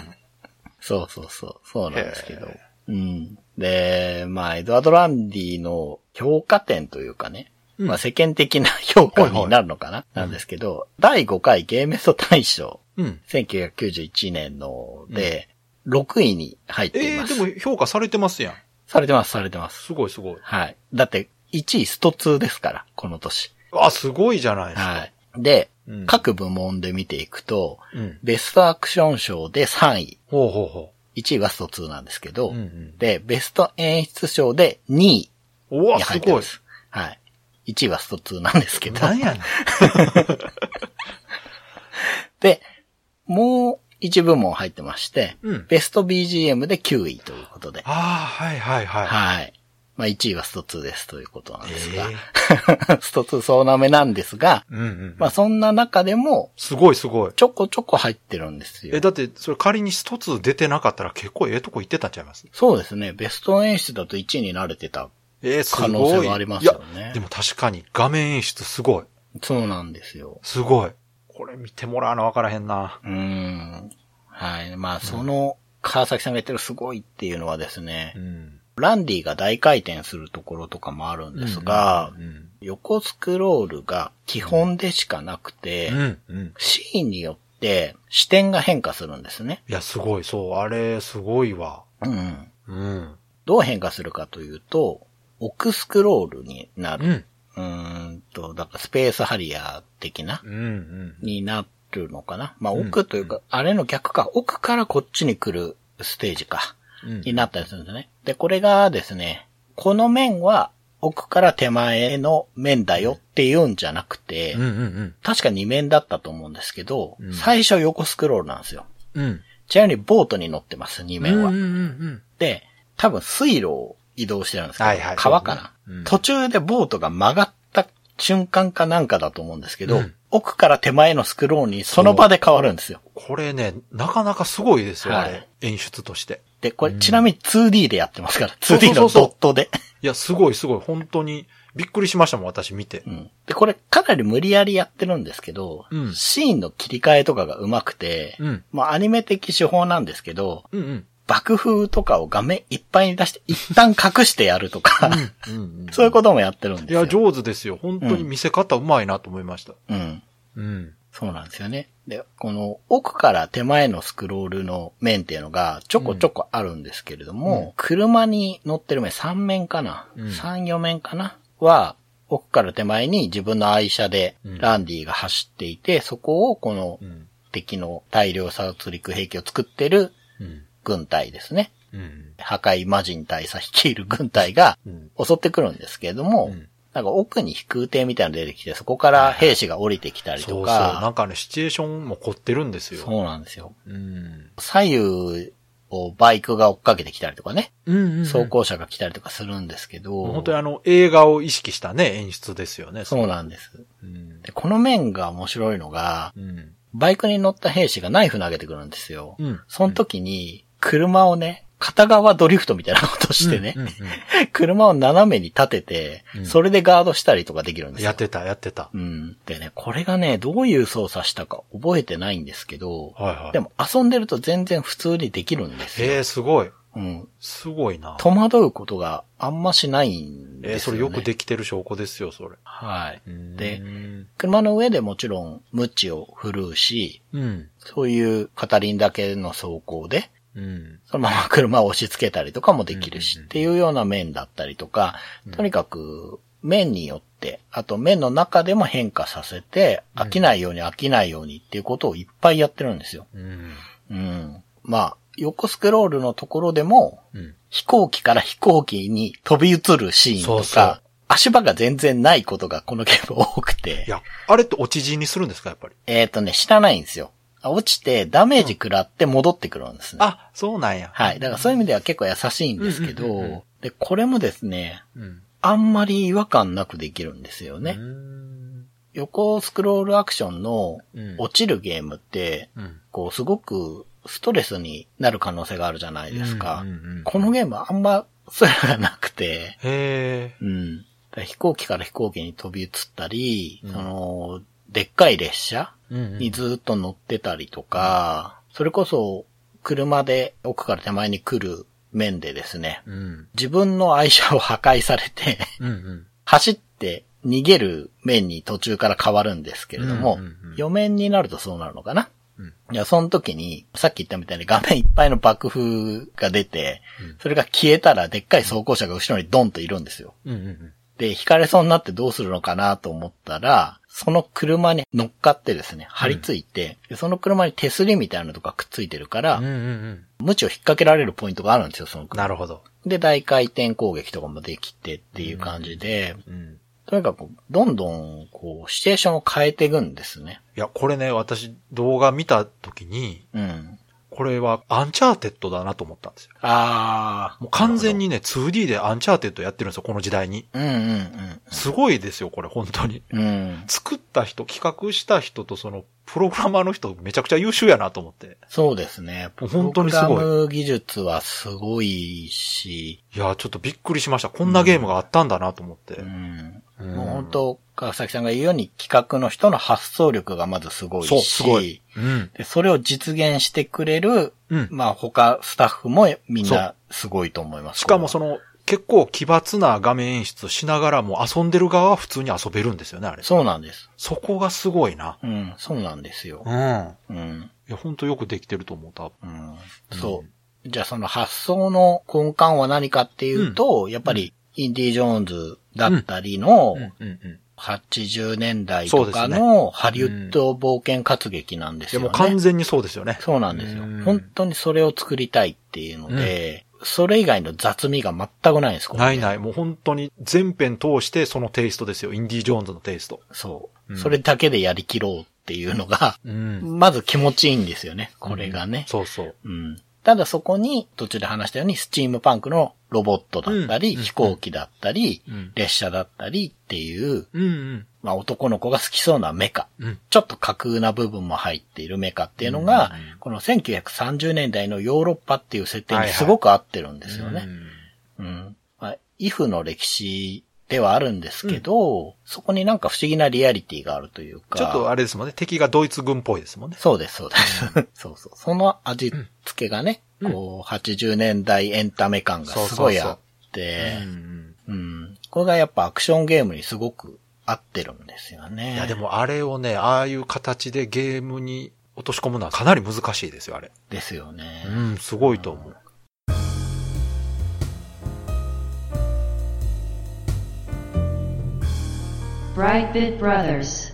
Speaker 3: そうそうそう。そうなんですけど。うん。で、まあ、エドワード・ランディの評価点というかね。
Speaker 2: うん
Speaker 3: まあ、世間的な評価になるのかな、なんですけど、第5回ゲーメスト大賞、
Speaker 2: うん。
Speaker 3: 1991年ので、6位に入ってい
Speaker 2: ええ
Speaker 3: ます。
Speaker 2: でも評価されてますやん。
Speaker 3: されてます、されてます。
Speaker 2: すごいすごい。
Speaker 3: はい。だって、1位スト2ですから、この年。
Speaker 2: あ、すごいじゃないですか。
Speaker 3: はい。で、
Speaker 2: うん
Speaker 3: 各部門で見ていくと、
Speaker 2: うん。
Speaker 3: ベストアクション賞で3位、
Speaker 2: ほうほうほ
Speaker 3: 1位はスト2なんですけど、
Speaker 2: う。うんうん。
Speaker 3: で、ベスト演出賞で2位に
Speaker 2: うわ、す
Speaker 3: 入って
Speaker 2: ご
Speaker 3: ま
Speaker 2: い。
Speaker 3: す。はい。1位はスト2なんですけど、
Speaker 2: なんやねん。
Speaker 3: で、もう1部門入ってまして、
Speaker 2: うん
Speaker 3: ベスト BGM で9位ということで、
Speaker 2: ああ、はいはいはい。
Speaker 3: はい。まあ1位はスト2ですということなんですが、
Speaker 2: え
Speaker 3: (laughs) スト2総なめなんですが、
Speaker 2: うんうん。
Speaker 3: まあそんな中でも
Speaker 2: すごいすごい。
Speaker 3: ちょこちょこ入ってるんですよ
Speaker 2: え、。だって、それ仮に一つ出てなかったら結構ええとこ行ってたんちゃいます
Speaker 3: そうですね。ベスト演出だと1位に慣れてた。
Speaker 2: えー、すごい。
Speaker 3: 可能性はありますよね
Speaker 2: いやでも確かに画面演出すごい。
Speaker 3: そうなんですよ。
Speaker 2: すごい。これ見てもらわなわからへんな。
Speaker 3: うーん。はい。まあその、川崎さんが言ってるすごいっていうのはですね、
Speaker 2: ん。
Speaker 3: ランディが大回転するところとかもあるんですが、
Speaker 2: うん。
Speaker 3: 横スクロールが基本でしかなくて、
Speaker 2: うん。うん。
Speaker 3: シーンによって視点が変化するんですね。
Speaker 2: いや、すごい。そう。あれ、すごいわ。
Speaker 3: うん。
Speaker 2: うん。
Speaker 3: どう変化するかというと、奥スクロールにな
Speaker 2: うん。う
Speaker 3: る。
Speaker 2: ん。
Speaker 3: うーんと、だからスペースハリアー的な、
Speaker 2: うん。
Speaker 3: になるのかな。まあ
Speaker 2: うん
Speaker 3: 奥というか、あれの逆か、奥からこっちに来るステージか、
Speaker 2: うん
Speaker 3: になったりするんですね。で、これがですね、この面は奥から手前の面だよっていうんじゃなくて、
Speaker 2: うん。うん。
Speaker 3: 確か2面だったと思うんですけど、
Speaker 2: うん
Speaker 3: 最初横スクロールなんですよ。
Speaker 2: うん。
Speaker 3: ちなみにボートに乗ってます、2面は。
Speaker 2: うん。うん。
Speaker 3: で、多分水路を移動してるんですけど、
Speaker 2: はいはい
Speaker 3: 川かな、
Speaker 2: うん
Speaker 3: 途中でボートが曲がった瞬間かなんかだと思うんですけど、
Speaker 2: うん
Speaker 3: 奥から手前のスクロールにその場で変わるんですよ。
Speaker 2: これね、なかなかすごいですよ、
Speaker 3: は
Speaker 2: あ
Speaker 3: い
Speaker 2: れ。演出として。
Speaker 3: で、こ
Speaker 2: う
Speaker 3: れ
Speaker 2: ん
Speaker 3: ちなみに 2D でやってますから、
Speaker 2: そうそう
Speaker 3: 2D
Speaker 2: そ
Speaker 3: の
Speaker 2: うそう
Speaker 3: ドットで。
Speaker 2: いや、すごいすごい。本当に、びっくりしましたもん、私見て
Speaker 3: う。んで、これかなり無理やりやってるんですけど、
Speaker 2: うん
Speaker 3: シーンの切り替えとかがうまくて、
Speaker 2: うん。
Speaker 3: まあアニメ的手法なんですけど、
Speaker 2: うんうん。
Speaker 3: 爆風とかを画面いっぱいに出して一旦隠してやるとか、
Speaker 2: うん。
Speaker 3: (laughs) そういうこともやってるんで
Speaker 2: い
Speaker 3: すよ。
Speaker 2: や、上手ですよ。本当に見せ方うまいなと思いました。
Speaker 3: うん。
Speaker 2: うん。
Speaker 3: そうなんですよね。で、この奥から手前のスクロールの面っていうのがちょこちょこあるんですけれども、
Speaker 2: うん
Speaker 3: 車に乗ってる面3面かな、
Speaker 2: うん
Speaker 3: ?3、4面かなは、奥から手前に自分の愛車で
Speaker 2: うん
Speaker 3: ランディが走っていて、そこをこの
Speaker 2: うん。
Speaker 3: 敵の大量殺戮兵器を作ってる
Speaker 2: うん。
Speaker 3: 軍隊ですね。
Speaker 2: うん。
Speaker 3: 破壊魔人大佐率いる軍隊が
Speaker 2: うん。
Speaker 3: 襲ってくるんですけれども、
Speaker 2: うん
Speaker 3: なんか奥に飛空艇みたいなの出てきて、そこから兵士が降りてきたり
Speaker 2: そ
Speaker 3: と
Speaker 2: うそう。
Speaker 3: か、
Speaker 2: なんかね、シチュエーションも凝ってるんですよ。
Speaker 3: そうなんですよ。
Speaker 2: うん。
Speaker 3: 左右をバイクが追っかけてきたりとかね、
Speaker 2: うんうん。
Speaker 3: 走行車が来たりとかするんですけど、
Speaker 2: 本当にあの、映画を意識したね、演出ですよね。
Speaker 3: そうなんです。
Speaker 2: うん。
Speaker 3: で、この面が面白いのが、
Speaker 2: うん。
Speaker 3: バイクに乗った兵士がナイフ投げてくるんですよ。
Speaker 2: うん。
Speaker 3: その時に、車をね、片側ドリフトみたいなことしてね、
Speaker 2: うんうん
Speaker 3: (laughs) 車を斜めに立てて
Speaker 2: う、ん
Speaker 3: それでガードしたりとかできるん
Speaker 2: (laughs) う
Speaker 3: で
Speaker 2: ん
Speaker 3: す
Speaker 2: や
Speaker 3: よ
Speaker 2: っ。てた、やってた
Speaker 3: う。ん。でね、これがね、どういう操作したか覚えてないんですけど、
Speaker 2: はいはい。
Speaker 3: でも遊んでると全然普通にできるんですよ。
Speaker 2: えー、すごい。
Speaker 3: うん。
Speaker 2: すごいな。
Speaker 3: 戸惑うことがあんましないん
Speaker 2: えー
Speaker 3: です
Speaker 2: そ
Speaker 3: よ、
Speaker 2: れ
Speaker 3: ね。
Speaker 2: よくできてる証拠ですよ、それ。
Speaker 3: はい。で
Speaker 2: うん
Speaker 3: 車の上でもちろん、無知を振るうし、
Speaker 2: うん。
Speaker 3: そういう片輪だけの走行で、
Speaker 2: うん。
Speaker 3: そのまま車を押し付けたりとかもでき
Speaker 2: う
Speaker 3: る
Speaker 2: ん
Speaker 3: し、
Speaker 2: うんうん
Speaker 3: っていうような面だったりとか、とにかく、面によって、あと面の中でも変化させて、
Speaker 2: うん
Speaker 3: 飽きないように飽きないようにっていうことをいっぱいやってるんですよ。
Speaker 2: うん。
Speaker 3: うん。まあ、横スクロールのところでも、
Speaker 2: うん。
Speaker 3: 飛行機から飛行機に飛び移るシーンと
Speaker 2: そう
Speaker 3: か、
Speaker 2: そう
Speaker 3: 足場が全然ないことがこのゲーム多くて
Speaker 2: い、や、あれって落ち字にするんですか、やっぱり。
Speaker 3: えっ、とね、知らないんですよ。落ちてダメージ食らって戻ってくるんですね。
Speaker 2: あ、そうなんや。
Speaker 3: はい。だからそういう意味では結構優しいんですけど、
Speaker 2: うんうんうんうん
Speaker 3: で、これもですね、
Speaker 2: うん。
Speaker 3: あんまり違和感なくできるんですよね。
Speaker 2: うん。
Speaker 3: 横スクロールアクションの
Speaker 2: うん
Speaker 3: 落ちるゲームって、
Speaker 2: うん。
Speaker 3: こう、すごくストレスになる可能性があるじゃないですか。
Speaker 2: うんうんうん
Speaker 3: このゲームあんまそういうのがなくて、
Speaker 2: へえ。
Speaker 3: うん。だから飛行機から飛行機に飛び移ったり、
Speaker 2: うん
Speaker 3: その、でっかい列車
Speaker 2: うん
Speaker 3: にずっと乗ってたりとか、それこそ車で奥から手前に来る面でですね、
Speaker 2: うん。
Speaker 3: 自分の愛車を破壊されて、 (laughs)
Speaker 2: うんうん。
Speaker 3: 走って逃げる面に途中から変わるんですけれども、
Speaker 2: うんうんうん
Speaker 3: 4面になるとそうなるのかな
Speaker 2: うん
Speaker 3: いや、その時に、さっき言ったみたいに画面いっぱいの爆風が出て
Speaker 2: うん、
Speaker 3: それが消えたらでっかい装甲車が後ろにドンといるんですよ。
Speaker 2: うんうんうん。
Speaker 3: で、惹かれそうになってどうするのかなと思ったら、その車に乗っかってですね、張り付いて、でその車に手すりみたいなのとかくっついてるから
Speaker 2: うん、うん
Speaker 3: 無知を引っ掛けられるポイントがあるんですよ、その
Speaker 2: うん。な
Speaker 3: 車。
Speaker 2: るほど。
Speaker 3: で、大回転攻撃とかもできてっていう感じで、
Speaker 2: うん。
Speaker 3: とにかく、どんどん、こう、シチュエーションを変えていくんですね。
Speaker 2: いや、これね、私、動画見たときに、
Speaker 3: うん。
Speaker 2: これはアンチャーテッドだなと思ったんですよ。
Speaker 3: ああ。
Speaker 2: もう完全にね、2D でアンチャーテッドやってるんですよ、この時代に。
Speaker 3: うんうん
Speaker 2: すごいですよ、これ、本当に。
Speaker 3: うん。うん。
Speaker 2: 作った人、企画した人とその、プログラマーの人、めちゃくちゃ優秀やなと思って。
Speaker 3: そうですね。
Speaker 2: もう本当にすごい
Speaker 3: プログラム技術はすごいし、
Speaker 2: いやー、ちょっとびっくりしました。こんなゲームがあったんだなと思って
Speaker 3: う。ん。
Speaker 2: うん
Speaker 3: もう本当、川崎さんが言うように企画の人の発想力がまずすごいし、
Speaker 2: そうすごいうん。
Speaker 3: でそれを実現してくれる、
Speaker 2: うん。
Speaker 3: まあ他スタッフもみん
Speaker 2: そ
Speaker 3: な
Speaker 2: う
Speaker 3: すごいと思います。
Speaker 2: しかもそ
Speaker 3: の、
Speaker 2: の、結構奇抜な画面演出しながらも遊んでる側は普通に遊べるんですよね、あれ。
Speaker 3: そうなんです。
Speaker 2: そこがすごいな。
Speaker 3: うん、そうなんですよ
Speaker 2: う。ん。い
Speaker 3: うん。
Speaker 2: や、ほんとよくできてると思った。
Speaker 3: うんそう。じゃあその発想の根幹は何かっていうと、やっぱりインディ・ジョーンズだったりの
Speaker 2: うん、うん、うん。
Speaker 3: 80年代とか
Speaker 2: そうです
Speaker 3: のハリウッド冒険活劇なんで
Speaker 2: い
Speaker 3: す
Speaker 2: や、
Speaker 3: よね。
Speaker 2: もう完全にそうですよね。
Speaker 3: そうなんですよ
Speaker 2: うん。
Speaker 3: 本当にそれを作りたいっていうので、それ以外の雑味が全くないんです、これ
Speaker 2: ないない。もう本当に全編通してそのテイストですよ。インディ・ジョーンズのテイスト。
Speaker 3: そう、
Speaker 2: うん
Speaker 3: それだけでやりきろうっていうのが、
Speaker 2: うん。
Speaker 3: まず気持ちいいんですよね、これがね。
Speaker 2: そうそう。
Speaker 3: うん。ただそこに、途中で話したように、スチームパンクのロボットだったり、
Speaker 2: うん
Speaker 3: 飛行機だったり、
Speaker 2: うん
Speaker 3: 列車だったりっていう、
Speaker 2: うんうん。
Speaker 3: まあ男の子が好きそうなメカ。
Speaker 2: うん。
Speaker 3: ちょっと架空な部分も入っているメカっていうのが、
Speaker 2: うん
Speaker 3: この1930年代のヨーロッパっていう設定
Speaker 2: はい
Speaker 3: に
Speaker 2: はい
Speaker 3: すごく合ってるんですよね。
Speaker 2: うん
Speaker 3: うん。まあ、イフの歴史ではあるんですけど、そこになんか不思議なリアリティがあるというか。
Speaker 2: ちょっとあれですもんね。敵がドイツ軍っぽいですもんね。
Speaker 3: そうです、そうです。 (laughs) そうそう。その味付けがね、
Speaker 2: うん
Speaker 3: こう、80年代エンタメ感がすごいあって、
Speaker 2: うんうん
Speaker 3: うん。これがやっぱアクションゲームにすごく合ってるんですよね。
Speaker 2: いや、でもあれをね、ああいう形でゲームに落とし込むのはかなり難しいですよ、あれ。
Speaker 3: ですよね。
Speaker 2: うん、すごいと思う。
Speaker 1: Brightbit Brothers.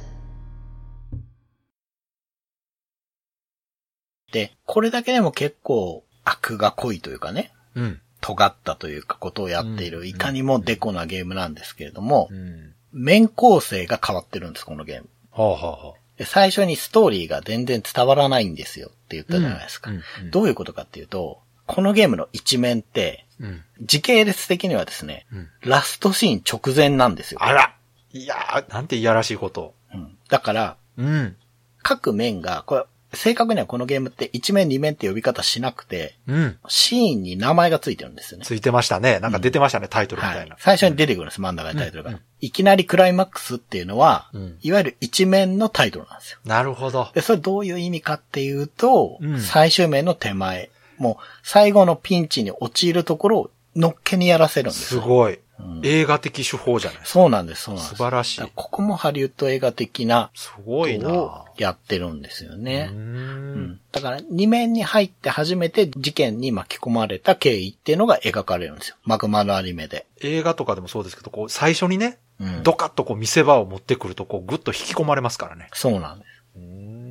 Speaker 3: で、これだけでも結構悪が濃いというかね、
Speaker 2: うん。
Speaker 3: 尖ったというかことをやっている、
Speaker 2: うん
Speaker 3: いかにもデコなゲームなんですけれども
Speaker 2: う、ん。
Speaker 3: 面構成が変わってるんです、このゲーム。
Speaker 2: はあ、はあはあ、
Speaker 3: で最初にストーリーが全然伝わらないんですよって言ったじゃないですか。
Speaker 2: うんうん
Speaker 3: どういうことかっていうと、このゲームの一面って、
Speaker 2: うん。
Speaker 3: 時系列的にはですね、
Speaker 2: うん
Speaker 3: ラストシーン直前なんですよ。
Speaker 2: あらいやー、なんていやらしいこと。
Speaker 3: うんだから、
Speaker 2: うん。
Speaker 3: 各面が、これ、正確にはこのゲームって一面二面って呼び方しなくて、
Speaker 2: うん。
Speaker 3: シーンに名前がついてるんですよね。
Speaker 2: ついてましたね。なんか出てましたね、タイトルみ
Speaker 3: は
Speaker 2: たい
Speaker 3: い
Speaker 2: な。。
Speaker 3: 最初に出てくるんです、真ん中にタイトルが。
Speaker 2: うんう
Speaker 3: いきなりクライマックスっていうのは、
Speaker 2: うん
Speaker 3: いわゆる一面のタイトルなんですよ。
Speaker 2: なるほど。
Speaker 3: で、それどういう意味かっていうと、
Speaker 2: うん
Speaker 3: 最終面の手前、もう最後のピンチに陥るところをのっけにやらせるんです
Speaker 2: す
Speaker 3: よ。
Speaker 2: ごい。
Speaker 3: うん
Speaker 2: 映画的手法じゃないですか。
Speaker 3: そうなんです、そうなんです。
Speaker 2: 素晴らしい
Speaker 3: だからここもハリウッド映画的な
Speaker 2: す
Speaker 3: こ
Speaker 2: ごいな
Speaker 3: とをやってるんですよね
Speaker 2: う。
Speaker 3: うんんだから、二面に入って初めて事件に巻き込まれた経緯っていうのが描かれるんですよ。マグマのアニメで。
Speaker 2: 映画とかでもそうですけど、こう、最初にね、
Speaker 3: うん
Speaker 2: ドカッとこう見せ場を持ってくると、こう、ぐっと引き込まれますからね。
Speaker 3: そうなんです。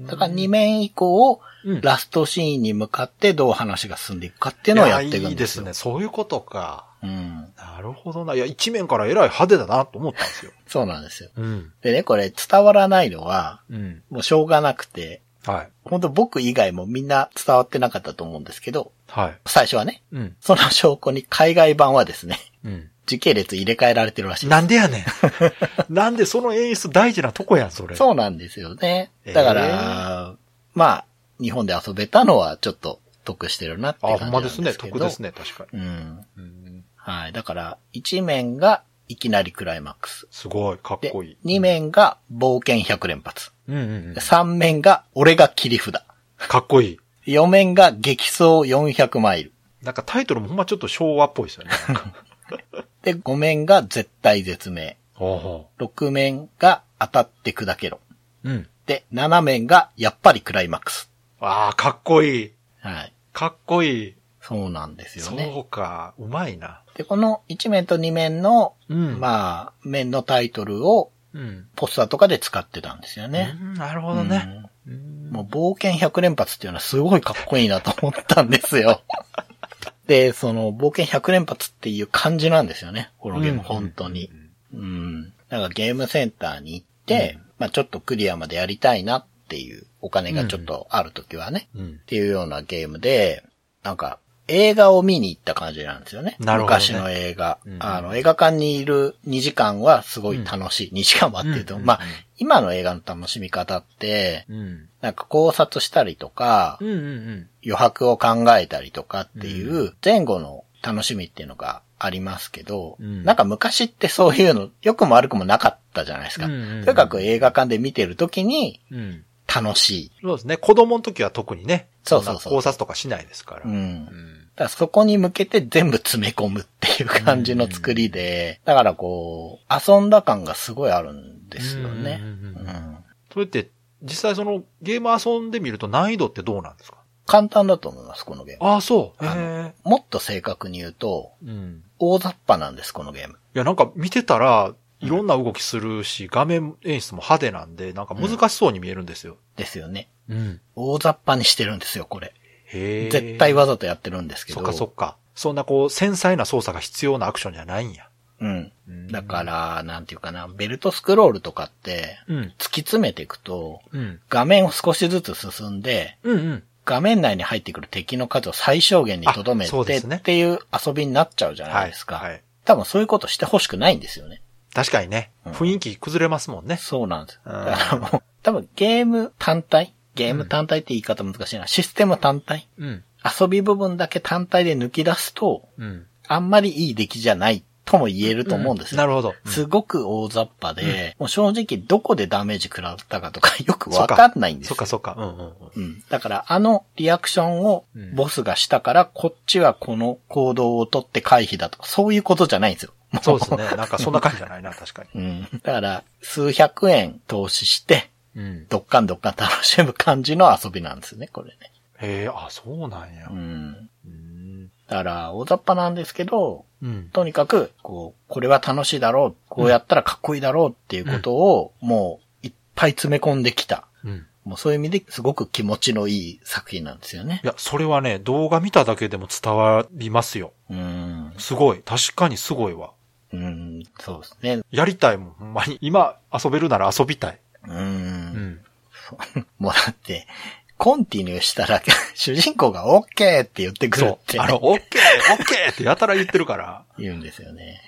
Speaker 3: だから2面以降を
Speaker 2: うん
Speaker 3: ラストシーンに向かってどう話が進んでいくかっていうのをやっていく
Speaker 2: い
Speaker 3: ん
Speaker 2: いで
Speaker 3: です
Speaker 2: す
Speaker 3: よ。
Speaker 2: ね。そういうことか。
Speaker 3: うん。
Speaker 2: なるほどな。いや、一面からえらい派手だなと思ったんですよ。
Speaker 3: そうなんですよ。
Speaker 2: うん。
Speaker 3: でね、これ伝わらないのは、
Speaker 2: うん。
Speaker 3: もうしょうがなくて、
Speaker 2: はい。
Speaker 3: 本当僕以外もみんな伝わってなかったと思うんですけど、
Speaker 2: はい。
Speaker 3: 最初はね、
Speaker 2: うん。
Speaker 3: その証拠に海外版はですね、 (laughs)
Speaker 2: うん。
Speaker 3: 時系列入れ替えられてるらしいです。
Speaker 2: なんでやね (laughs) ん。なんでその演出大事なとこやん、それ。
Speaker 3: そうなんですよね。だから、まあ、日本で遊べたのはちょっと得してるなっていう
Speaker 2: あ、
Speaker 3: 感
Speaker 2: ほん
Speaker 3: じな
Speaker 2: まで
Speaker 3: んですすけど。
Speaker 2: ね。得ですね、確かに。
Speaker 3: うん。
Speaker 2: うん
Speaker 3: はい。だから、1面がいきなりクライマックス。
Speaker 2: すごい、かっ
Speaker 3: で、
Speaker 2: こいい。
Speaker 3: 2面が冒険100連発。
Speaker 2: うんうんうん。 (laughs)
Speaker 3: 3面が俺が切り札。
Speaker 2: かっこいい。
Speaker 3: 4面が激走400マイル。
Speaker 2: なんかタイトルもほんまちょっと昭和っぽいですよね。
Speaker 3: で、5面が絶対絶命。
Speaker 2: (laughs) ほうほ
Speaker 3: 6面が当たって砕けろ。
Speaker 2: う。うん。
Speaker 3: で、7面がやっぱりクライマックス。
Speaker 2: ああ、かっこいい。
Speaker 3: はい。
Speaker 2: かっこいい。
Speaker 3: そうなんですよね。
Speaker 2: そうか、うまいな。
Speaker 3: で、この1面と2面の、
Speaker 2: うんあ、
Speaker 3: まあ、面のタイトルを
Speaker 2: うん。
Speaker 3: ポスターとかで使ってたんですよね。
Speaker 2: うんなるほどね。うん
Speaker 3: もう冒険100連発っていうのはすごいかっこいいなと思ったんです
Speaker 2: (laughs)
Speaker 3: よ。で、その冒険100連発っていう感じなんですよね。このゲーム、本当に。うん。なんかゲームセンターに行って、まあちょっとクリアまでやりたいなっていうお金がちょっとある時はね。
Speaker 2: うん
Speaker 3: っ。ていうようなゲームで、なんか、映画を見に行った感じなんですよね。
Speaker 2: なるほどね
Speaker 3: 昔の映画、
Speaker 2: うん
Speaker 3: あの、映画館にいる2時間はすごい楽しい。2時間はっていうと、
Speaker 2: うん
Speaker 3: まあ、今の映画の楽しみ方って、
Speaker 2: うん。
Speaker 3: なんか考察したりとか、
Speaker 2: うんうん
Speaker 3: 余白を考えたりとかっていう前後の楽しみっていうのがありますけど、
Speaker 2: うん
Speaker 3: なんか昔ってそういうの、良くも悪くもなかったじゃないですか。
Speaker 2: うんうんうん
Speaker 3: とにかく映画館で見てる時に
Speaker 2: うん。うん。
Speaker 3: 楽しい。
Speaker 2: そうですね。子供の時は特にね。
Speaker 3: そうそうそうん
Speaker 2: な考察とかしないですから。
Speaker 3: う。
Speaker 2: うんん。
Speaker 3: だからそこに向けて全部詰め込むっていう感じの作りで、だからこう、遊んだ感がすごいあるんですよね。
Speaker 2: うんうんうんうん
Speaker 3: うん
Speaker 2: それって、実際そのゲーム遊んでみると難易度ってどうなんですか
Speaker 3: 簡単だと思います、このゲーム。
Speaker 2: ああ、そう。
Speaker 3: あの
Speaker 2: へ
Speaker 3: もっと正確に言うと、
Speaker 2: え。うん。
Speaker 3: 大雑把なんです、このゲーム。
Speaker 2: いや、なんか見てたら、いろんな動きするし、画面演出も派手なんで、なんか難しそうに見えるんですよ。
Speaker 3: ですよね。
Speaker 2: うん。
Speaker 3: 大雑把にしてるんですよ、これ。
Speaker 2: へえ。
Speaker 3: 絶対わざとやってるんですけど。
Speaker 2: そっかそっか。そんなこう、繊細な操作が必要なアクションじゃないんや。
Speaker 3: うん。
Speaker 2: うん
Speaker 3: だか。ら、なんていうかな、ベルトスクロールとかって、
Speaker 2: うん。
Speaker 3: 突き詰めていくと、
Speaker 2: うん。
Speaker 3: 画面を少しずつ進んで、
Speaker 2: うんうん。
Speaker 3: 画面内に入ってくる敵の数を最小限に留め
Speaker 2: あそうで
Speaker 3: て
Speaker 2: すね
Speaker 3: っていう遊びになっちゃうじゃな
Speaker 2: はいい。
Speaker 3: ですか。
Speaker 2: はい。
Speaker 3: 多分そういうことしてほしくないんですよね。
Speaker 2: 確かにね、
Speaker 3: うん
Speaker 2: 雰囲気崩れますもんね。
Speaker 3: そうなん (laughs) です。
Speaker 2: う
Speaker 3: だ
Speaker 2: ん
Speaker 3: からもう、多分ゲーム単体ゲーム単体って言い方難しいな。システム単体
Speaker 2: うん。
Speaker 3: 遊び部分だけ単体で抜き出すと、
Speaker 2: うん。
Speaker 3: あんまりいい出来じゃないとも言えると思うんですよ。
Speaker 2: なるほど。うん
Speaker 3: すごく大雑把で、もう正直どこでダメージ食らったかとかよくわかんないんです
Speaker 2: そっ
Speaker 3: よ。
Speaker 2: かそっか。うんうんうん。
Speaker 3: うん。だからあのリアクションを
Speaker 2: うん
Speaker 3: ボスがしたから、こっちはこの行動をとって回避だとか、そういうことじゃないんですよ。も
Speaker 2: そう (laughs) ですね。なんかそんな感じじゃないな、確か
Speaker 3: (laughs) うん。だから、数百円投資して、
Speaker 2: に。うん。
Speaker 3: どっかんどっかん楽しむ感じの遊びなんですね、これね。
Speaker 2: へえ、あ、そうなんや
Speaker 3: う。ん。
Speaker 2: うん。
Speaker 3: だから、大雑把なんですけど、
Speaker 2: うん。
Speaker 3: とにかく、こう、これは楽しいだろう、こうやったらかっこいいだろうっていうことを、もう、いっぱい詰め込んできた。
Speaker 2: うん。
Speaker 3: もうそういう意味ですごく気持ちのいい作品なんですよね
Speaker 2: い。や、それはね、動画見ただけでも伝わりますよ。
Speaker 3: うん。
Speaker 2: すごい。確かにすごいわ。
Speaker 3: うん、そうですね。
Speaker 2: やりたいもん、ほんまに。今、遊べるなら遊びたい。
Speaker 3: うん。
Speaker 2: ん。
Speaker 3: もうだって、コンティニューしたら、 (laughs) 主人公がオッケーって言ってくる
Speaker 2: そ
Speaker 3: って
Speaker 2: う。あの、オッケー、オッケーってやたら言ってるから、 (laughs)
Speaker 3: 言うんですよね。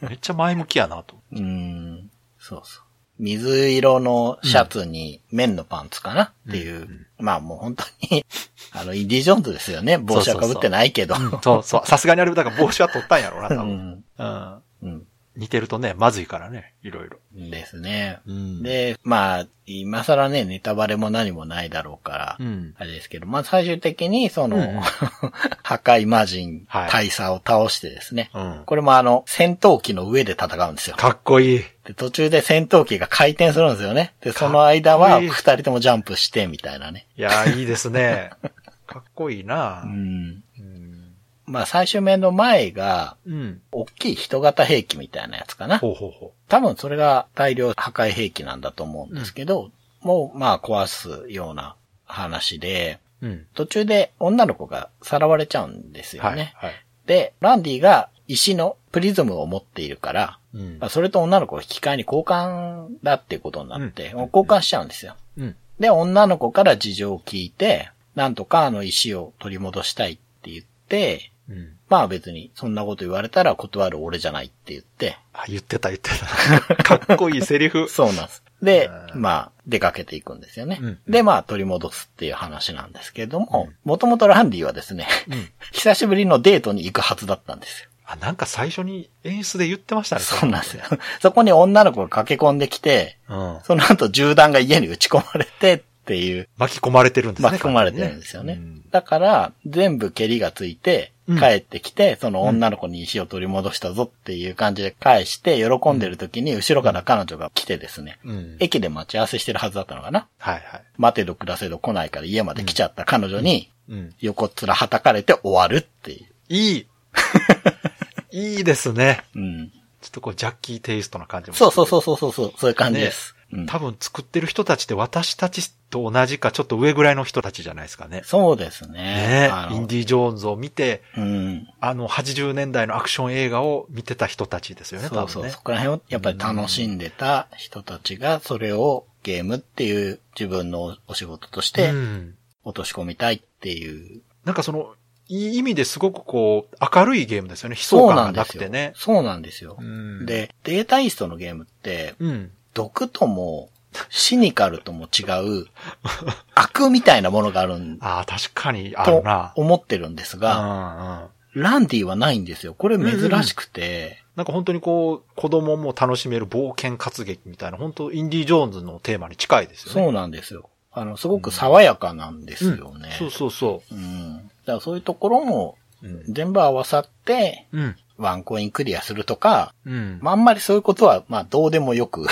Speaker 2: めっちゃ前向きやなと。
Speaker 3: うーんそうそう。水色のシャツに綿のパンツかなっていう。
Speaker 2: うん
Speaker 3: まあもう本当に、 (laughs) あの、インディ・ジョーンズですよね。帽子はかぶってないけど。
Speaker 2: そうそう。さすがにあれ、だから帽子は取ったんやろうな、
Speaker 3: う
Speaker 2: 多分。
Speaker 3: ん。
Speaker 2: うん。
Speaker 3: うん。
Speaker 2: 似てるとね、まずいからね、いろいろ。
Speaker 3: ですね。
Speaker 2: うん
Speaker 3: で、まあ、今更ね、ネタバレも何もないだろうから、
Speaker 2: うん。
Speaker 3: あれですけど、まあ最終的に、その、
Speaker 2: うん
Speaker 3: 破壊魔人、
Speaker 2: はい
Speaker 3: 大佐を倒してですね。
Speaker 2: うん。
Speaker 3: これもあの、戦闘機の上で戦うんですよ。
Speaker 2: かっこいい。
Speaker 3: で、途中で戦闘機が回転するんですよね。で、その間
Speaker 2: かっ
Speaker 3: は
Speaker 2: こいい
Speaker 3: 二人ともジャンプしてみたいなね。
Speaker 2: いやー、いいですね。
Speaker 3: (laughs)
Speaker 2: かっこいいな
Speaker 3: うん。
Speaker 2: うん。
Speaker 3: まあ最終面の前が、
Speaker 2: うん。
Speaker 3: 大きい人型兵器みたいなやつかな。
Speaker 2: ほうほうほ
Speaker 3: 多分それが大量破壊兵器なんだと思うんですけど、もうまあ壊すような話で、
Speaker 2: う。うん。
Speaker 3: 途中で女の子がさらわれちゃうんですよね。
Speaker 2: はい。はい。
Speaker 3: で、ランディが石のプリズムを持っているから、
Speaker 2: うん
Speaker 3: まあそれと女の子を引き換えに交換だっていうことになって、
Speaker 2: うん
Speaker 3: もう交換しちゃうんですよ。
Speaker 2: うん。
Speaker 3: で、女の子から事情を聞いて、なんとかあの石を取り戻したいって言って、
Speaker 2: うん。
Speaker 3: まあ別にそんなこと言われたら断る俺じゃないって言って、
Speaker 2: あ、言ってた言ってた。かっこいいセリ
Speaker 3: (laughs)
Speaker 2: フ。
Speaker 3: そうなんです。で
Speaker 2: あ、ー
Speaker 3: まあ出かけていくんですよね。
Speaker 2: うん
Speaker 3: で、まあ取り戻すっていう話なんですけれども、もともとランディはですね、 (laughs)
Speaker 2: うん。
Speaker 3: 久しぶりのデートに行くはずだったんですよ。
Speaker 2: あ、なんか最初に演出で言ってましたね。
Speaker 3: そうなんですよ。そこに女の子が駆け込んできて、
Speaker 2: うん。
Speaker 3: その後銃弾が家に撃ち込まれてっていう
Speaker 2: 巻き込まれてるんですね。
Speaker 3: 巻き込まれてるんですよね。
Speaker 2: うん
Speaker 3: だから、全部蹴りがついて、
Speaker 2: うん
Speaker 3: 帰ってきて、その女の子に石を取り戻したぞっていう感じで返して、喜んでる時に後ろから彼女が来てですね、
Speaker 2: うん。
Speaker 3: 駅で待ち合わせしてるはずだったのかな
Speaker 2: はいはい。
Speaker 3: 待てど暮らせど来ないから家まで来ちゃった彼女に、
Speaker 2: うん。
Speaker 3: 横っ面叩かれて終わるってい (laughs)
Speaker 2: いい。いいですね。
Speaker 3: う。うん。
Speaker 2: ちょっとこう、ジャッキーテイストな感じも。
Speaker 3: そうそうそうそうそうそう、そういう感じです。うん
Speaker 2: 多分作ってる人たちって私たちと同じかちょっと上ぐらいの人たちじゃないですかね。
Speaker 3: そうです
Speaker 2: ね
Speaker 3: ね。あ
Speaker 2: え。イン
Speaker 3: の
Speaker 2: ディ・ジョーンズを見て、
Speaker 3: うん。
Speaker 2: あの80年代のアクション映画を見てた人たちですよね、
Speaker 3: そ
Speaker 2: 多
Speaker 3: うそ
Speaker 2: 分
Speaker 3: う、
Speaker 2: ね
Speaker 3: そ。こら辺をやっぱり楽しんでた人たちが、それをゲームっていう自分のお仕事とし
Speaker 2: う
Speaker 3: て
Speaker 2: ん
Speaker 3: 落とし込みたいっていう。
Speaker 2: なんかその、いい意味ですごくこう、明るいゲームですよね。悲壮感がなくてね。
Speaker 3: そうなんですよ。
Speaker 2: うん、
Speaker 3: で、データイーストのゲームって、
Speaker 2: うん。
Speaker 3: 毒とも、シニカルとも違う、悪みたいなものがあるん
Speaker 2: ああ、確かにある
Speaker 3: と
Speaker 2: な。
Speaker 3: 思ってるんです
Speaker 2: うんうん。
Speaker 3: が、ランディはないんですよ。これ珍しくて、
Speaker 2: なんか本当にこう、子供も楽しめる冒険活劇みたいな、本当インディ・ジョーンズのテーマに近いですよね。
Speaker 3: そうなんですよ。あの、すごく爽やかなんですよね。
Speaker 2: そうそうそ
Speaker 3: うん。だからそういうところも
Speaker 2: う。うん。
Speaker 3: 全部合わさって、
Speaker 2: うん。
Speaker 3: ワンコインクリアするとか、
Speaker 2: うん。
Speaker 3: まあ、あんまりそういうことは、まあ、どうでもよく、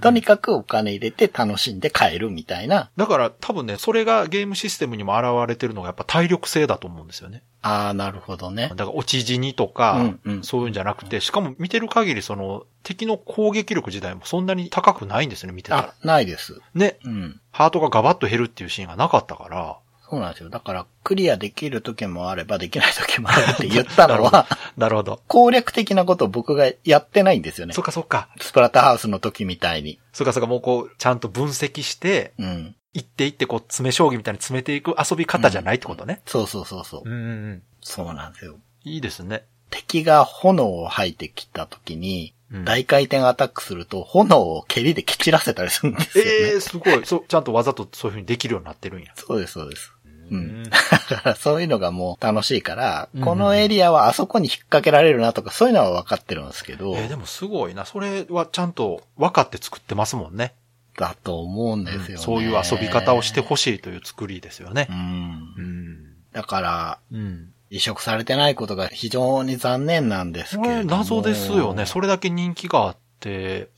Speaker 3: とにかくお金入れて楽しんで帰るみたいな、
Speaker 2: だから多分ね、それがゲームシステムにも現れてるのがやっぱ体力性だと思うんですよね。
Speaker 3: ああ、なるほどね
Speaker 2: だ。から落ち死にとか、
Speaker 3: うんうん
Speaker 2: そういうんじゃなくて、しかも見てる限りその敵の攻撃力自体もそんなに高くないんですよね、見てたら
Speaker 3: あ。、ないです。
Speaker 2: ね、
Speaker 3: うん。
Speaker 2: ハートがガバッと減るっていうシーンがなかったから、
Speaker 3: そうなんですよ。だから、クリアできる時もあれば、できない時もあるって言ったのは、
Speaker 2: (laughs) なるほど。
Speaker 3: 攻略的なことを僕がやってないんですよね
Speaker 2: そ。っかそっか。
Speaker 3: スプラターハウスの時みたいに。
Speaker 2: そっかそっか、もうこう、ちゃんと分析して、
Speaker 3: うん。
Speaker 2: 行って行ってこう、詰め将棋みたいに詰めていく遊び方じゃないってことね。
Speaker 3: そうそうそうそう。
Speaker 2: ん、うんうん。
Speaker 3: そうなんですよ。
Speaker 2: いいですね。
Speaker 3: 敵が炎を吐いてきた時に、
Speaker 2: うん
Speaker 3: 大回転アタックすると、炎を蹴りで蹴散らせたりするんですよね。
Speaker 2: ええー、すごい。そう、ちゃんとわざとそういう風にできるようになってるんや。
Speaker 3: そうです、そうです。
Speaker 2: う
Speaker 3: うんん。だからそういうのがもう楽しいから
Speaker 2: うん、
Speaker 3: このエリアはあそこに引っ掛けられるなとか、そういうのは分かってるんですけど
Speaker 2: え、ーでもすごいな。それはちゃんと分かって作ってますもんね。
Speaker 3: だと思うんですよね。
Speaker 2: そういう遊び方をしてほしいという作りですよね
Speaker 3: う。ん
Speaker 2: う。ん。
Speaker 3: だから、
Speaker 2: うん。
Speaker 3: 移植されてないことが非常に残念なんです
Speaker 2: こ
Speaker 3: けれ
Speaker 2: れ
Speaker 3: ども。
Speaker 2: 謎ですよね。それだけ人気があって。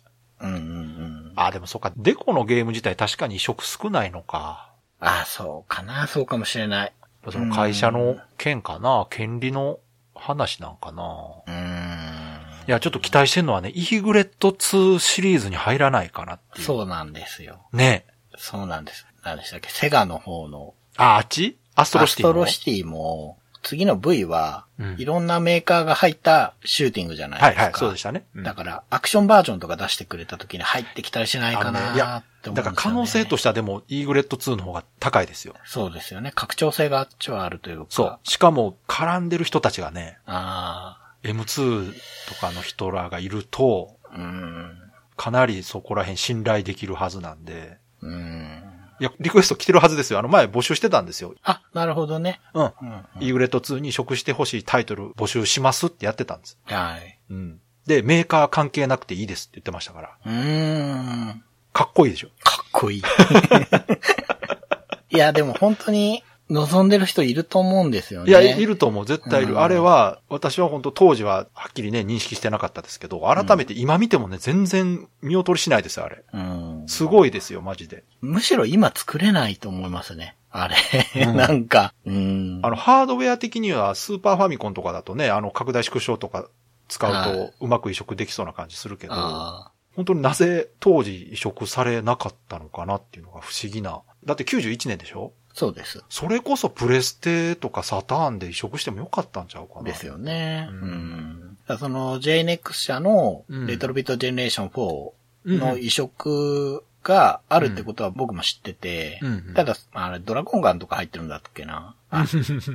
Speaker 3: うんうんうん。
Speaker 2: あ、でもそっか。デコのゲーム自体確かに移植少ないのか。
Speaker 3: あ、そうかな、そうかもしれない。
Speaker 2: その会社の件かな。権利の話なんかな。
Speaker 3: うーん。
Speaker 2: いや、ちょっと期待してるのはね、イーグレット2シリーズに入らないかなっていう。
Speaker 3: そうなんですよ。
Speaker 2: ねえ。
Speaker 3: そうなんです。何でしたっけセガの方の、
Speaker 2: あ、あっちアストロシティの
Speaker 3: アストロシティも、次の V は、
Speaker 2: うん
Speaker 3: いろんなメーカーが入ったシューティングじゃないですか。
Speaker 2: はいはい、そうでしたね。うん
Speaker 3: だから、アクションバージョンとか出してくれた時に入ってきたりしないか
Speaker 2: あの
Speaker 3: な
Speaker 2: ねいや
Speaker 3: って思うんですよ、ね。
Speaker 2: だから可能性としてはでも、イーグレット2の方が高いですよ。
Speaker 3: そうですよね。拡張性があっちはあるというか。
Speaker 2: そう。しかも、絡んでる人たちがね、
Speaker 3: あ
Speaker 2: M2 とかの人らがいると、
Speaker 3: あ、うーん。
Speaker 2: かなりそこら辺信頼できるはずなんで、
Speaker 3: うーん。
Speaker 2: いや、リクエスト来てるはずですよ。あの前募集してたんですよ。
Speaker 3: あ、なるほどね。
Speaker 2: うん。
Speaker 3: うん、うん。
Speaker 2: イーグレット2に移植してほしいタイトル募集しますってやってたんです。
Speaker 3: はい。
Speaker 2: うん。で、メーカー関係なくていいですって言ってましたから。
Speaker 3: うーん。
Speaker 2: かっこいいでしょ。
Speaker 3: かっこ
Speaker 2: (laughs)
Speaker 3: いい。いや、でも本当に望んでる人いると思うんですよね。
Speaker 2: いや、いると思う。絶対いる。
Speaker 3: うん
Speaker 2: あれは、私は本当当時ははっきりね、認識してなかったですけど、改めて今見てもね、全然見劣りしないですよ、あれ。
Speaker 3: うん。
Speaker 2: すごいですよ、マジで。
Speaker 3: むしろ今作れないと思いますね。あれ。
Speaker 2: うん
Speaker 3: (laughs) なんか。うん。
Speaker 2: あの、ハードウェア的には、スーパーファミコンとかだとね、あの、拡大縮小とか使う
Speaker 3: は
Speaker 2: と、うまく移植できそうな感じするけど、
Speaker 3: あ
Speaker 2: 本当になぜ当時移植されなかったのかなっていうのが不思議な。だって91年でしょ
Speaker 3: ーそうです。
Speaker 2: それこそプレステとかサターンで移植してもよかったんちゃうかな。
Speaker 3: ですよね。
Speaker 2: う
Speaker 3: うんん。だからその JNX 社の
Speaker 2: うん
Speaker 3: レトロビットジェネレーション4
Speaker 2: うん。
Speaker 3: の移植があるってことは僕も知ってて
Speaker 2: う、ん。
Speaker 3: ただ、あれドラゴンガンとか入ってるんだっけな。
Speaker 2: (laughs)
Speaker 3: あ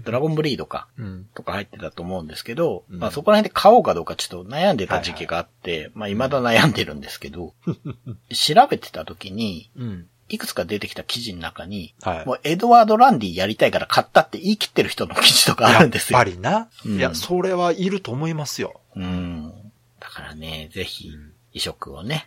Speaker 3: ドラゴンブリードか。
Speaker 2: うん。
Speaker 3: とか入ってたと思うんですけど、
Speaker 2: うん
Speaker 3: まあそこら辺で買おうかどうかちょっと悩んでた時期があって、まあ未だ悩んでるんですけど、 (laughs) 調べてた時に、
Speaker 2: うん。
Speaker 3: いくつか出てきた記事の中に、
Speaker 2: はい。
Speaker 3: もうエドワード・ランディやりたいから買ったって言い切ってる人の記事とかあるんですよ。
Speaker 2: やっぱりな。
Speaker 3: うん
Speaker 2: いや、それはいると思いますよ。
Speaker 3: うん。だからね、ぜひ
Speaker 2: うん、
Speaker 3: 移植をね、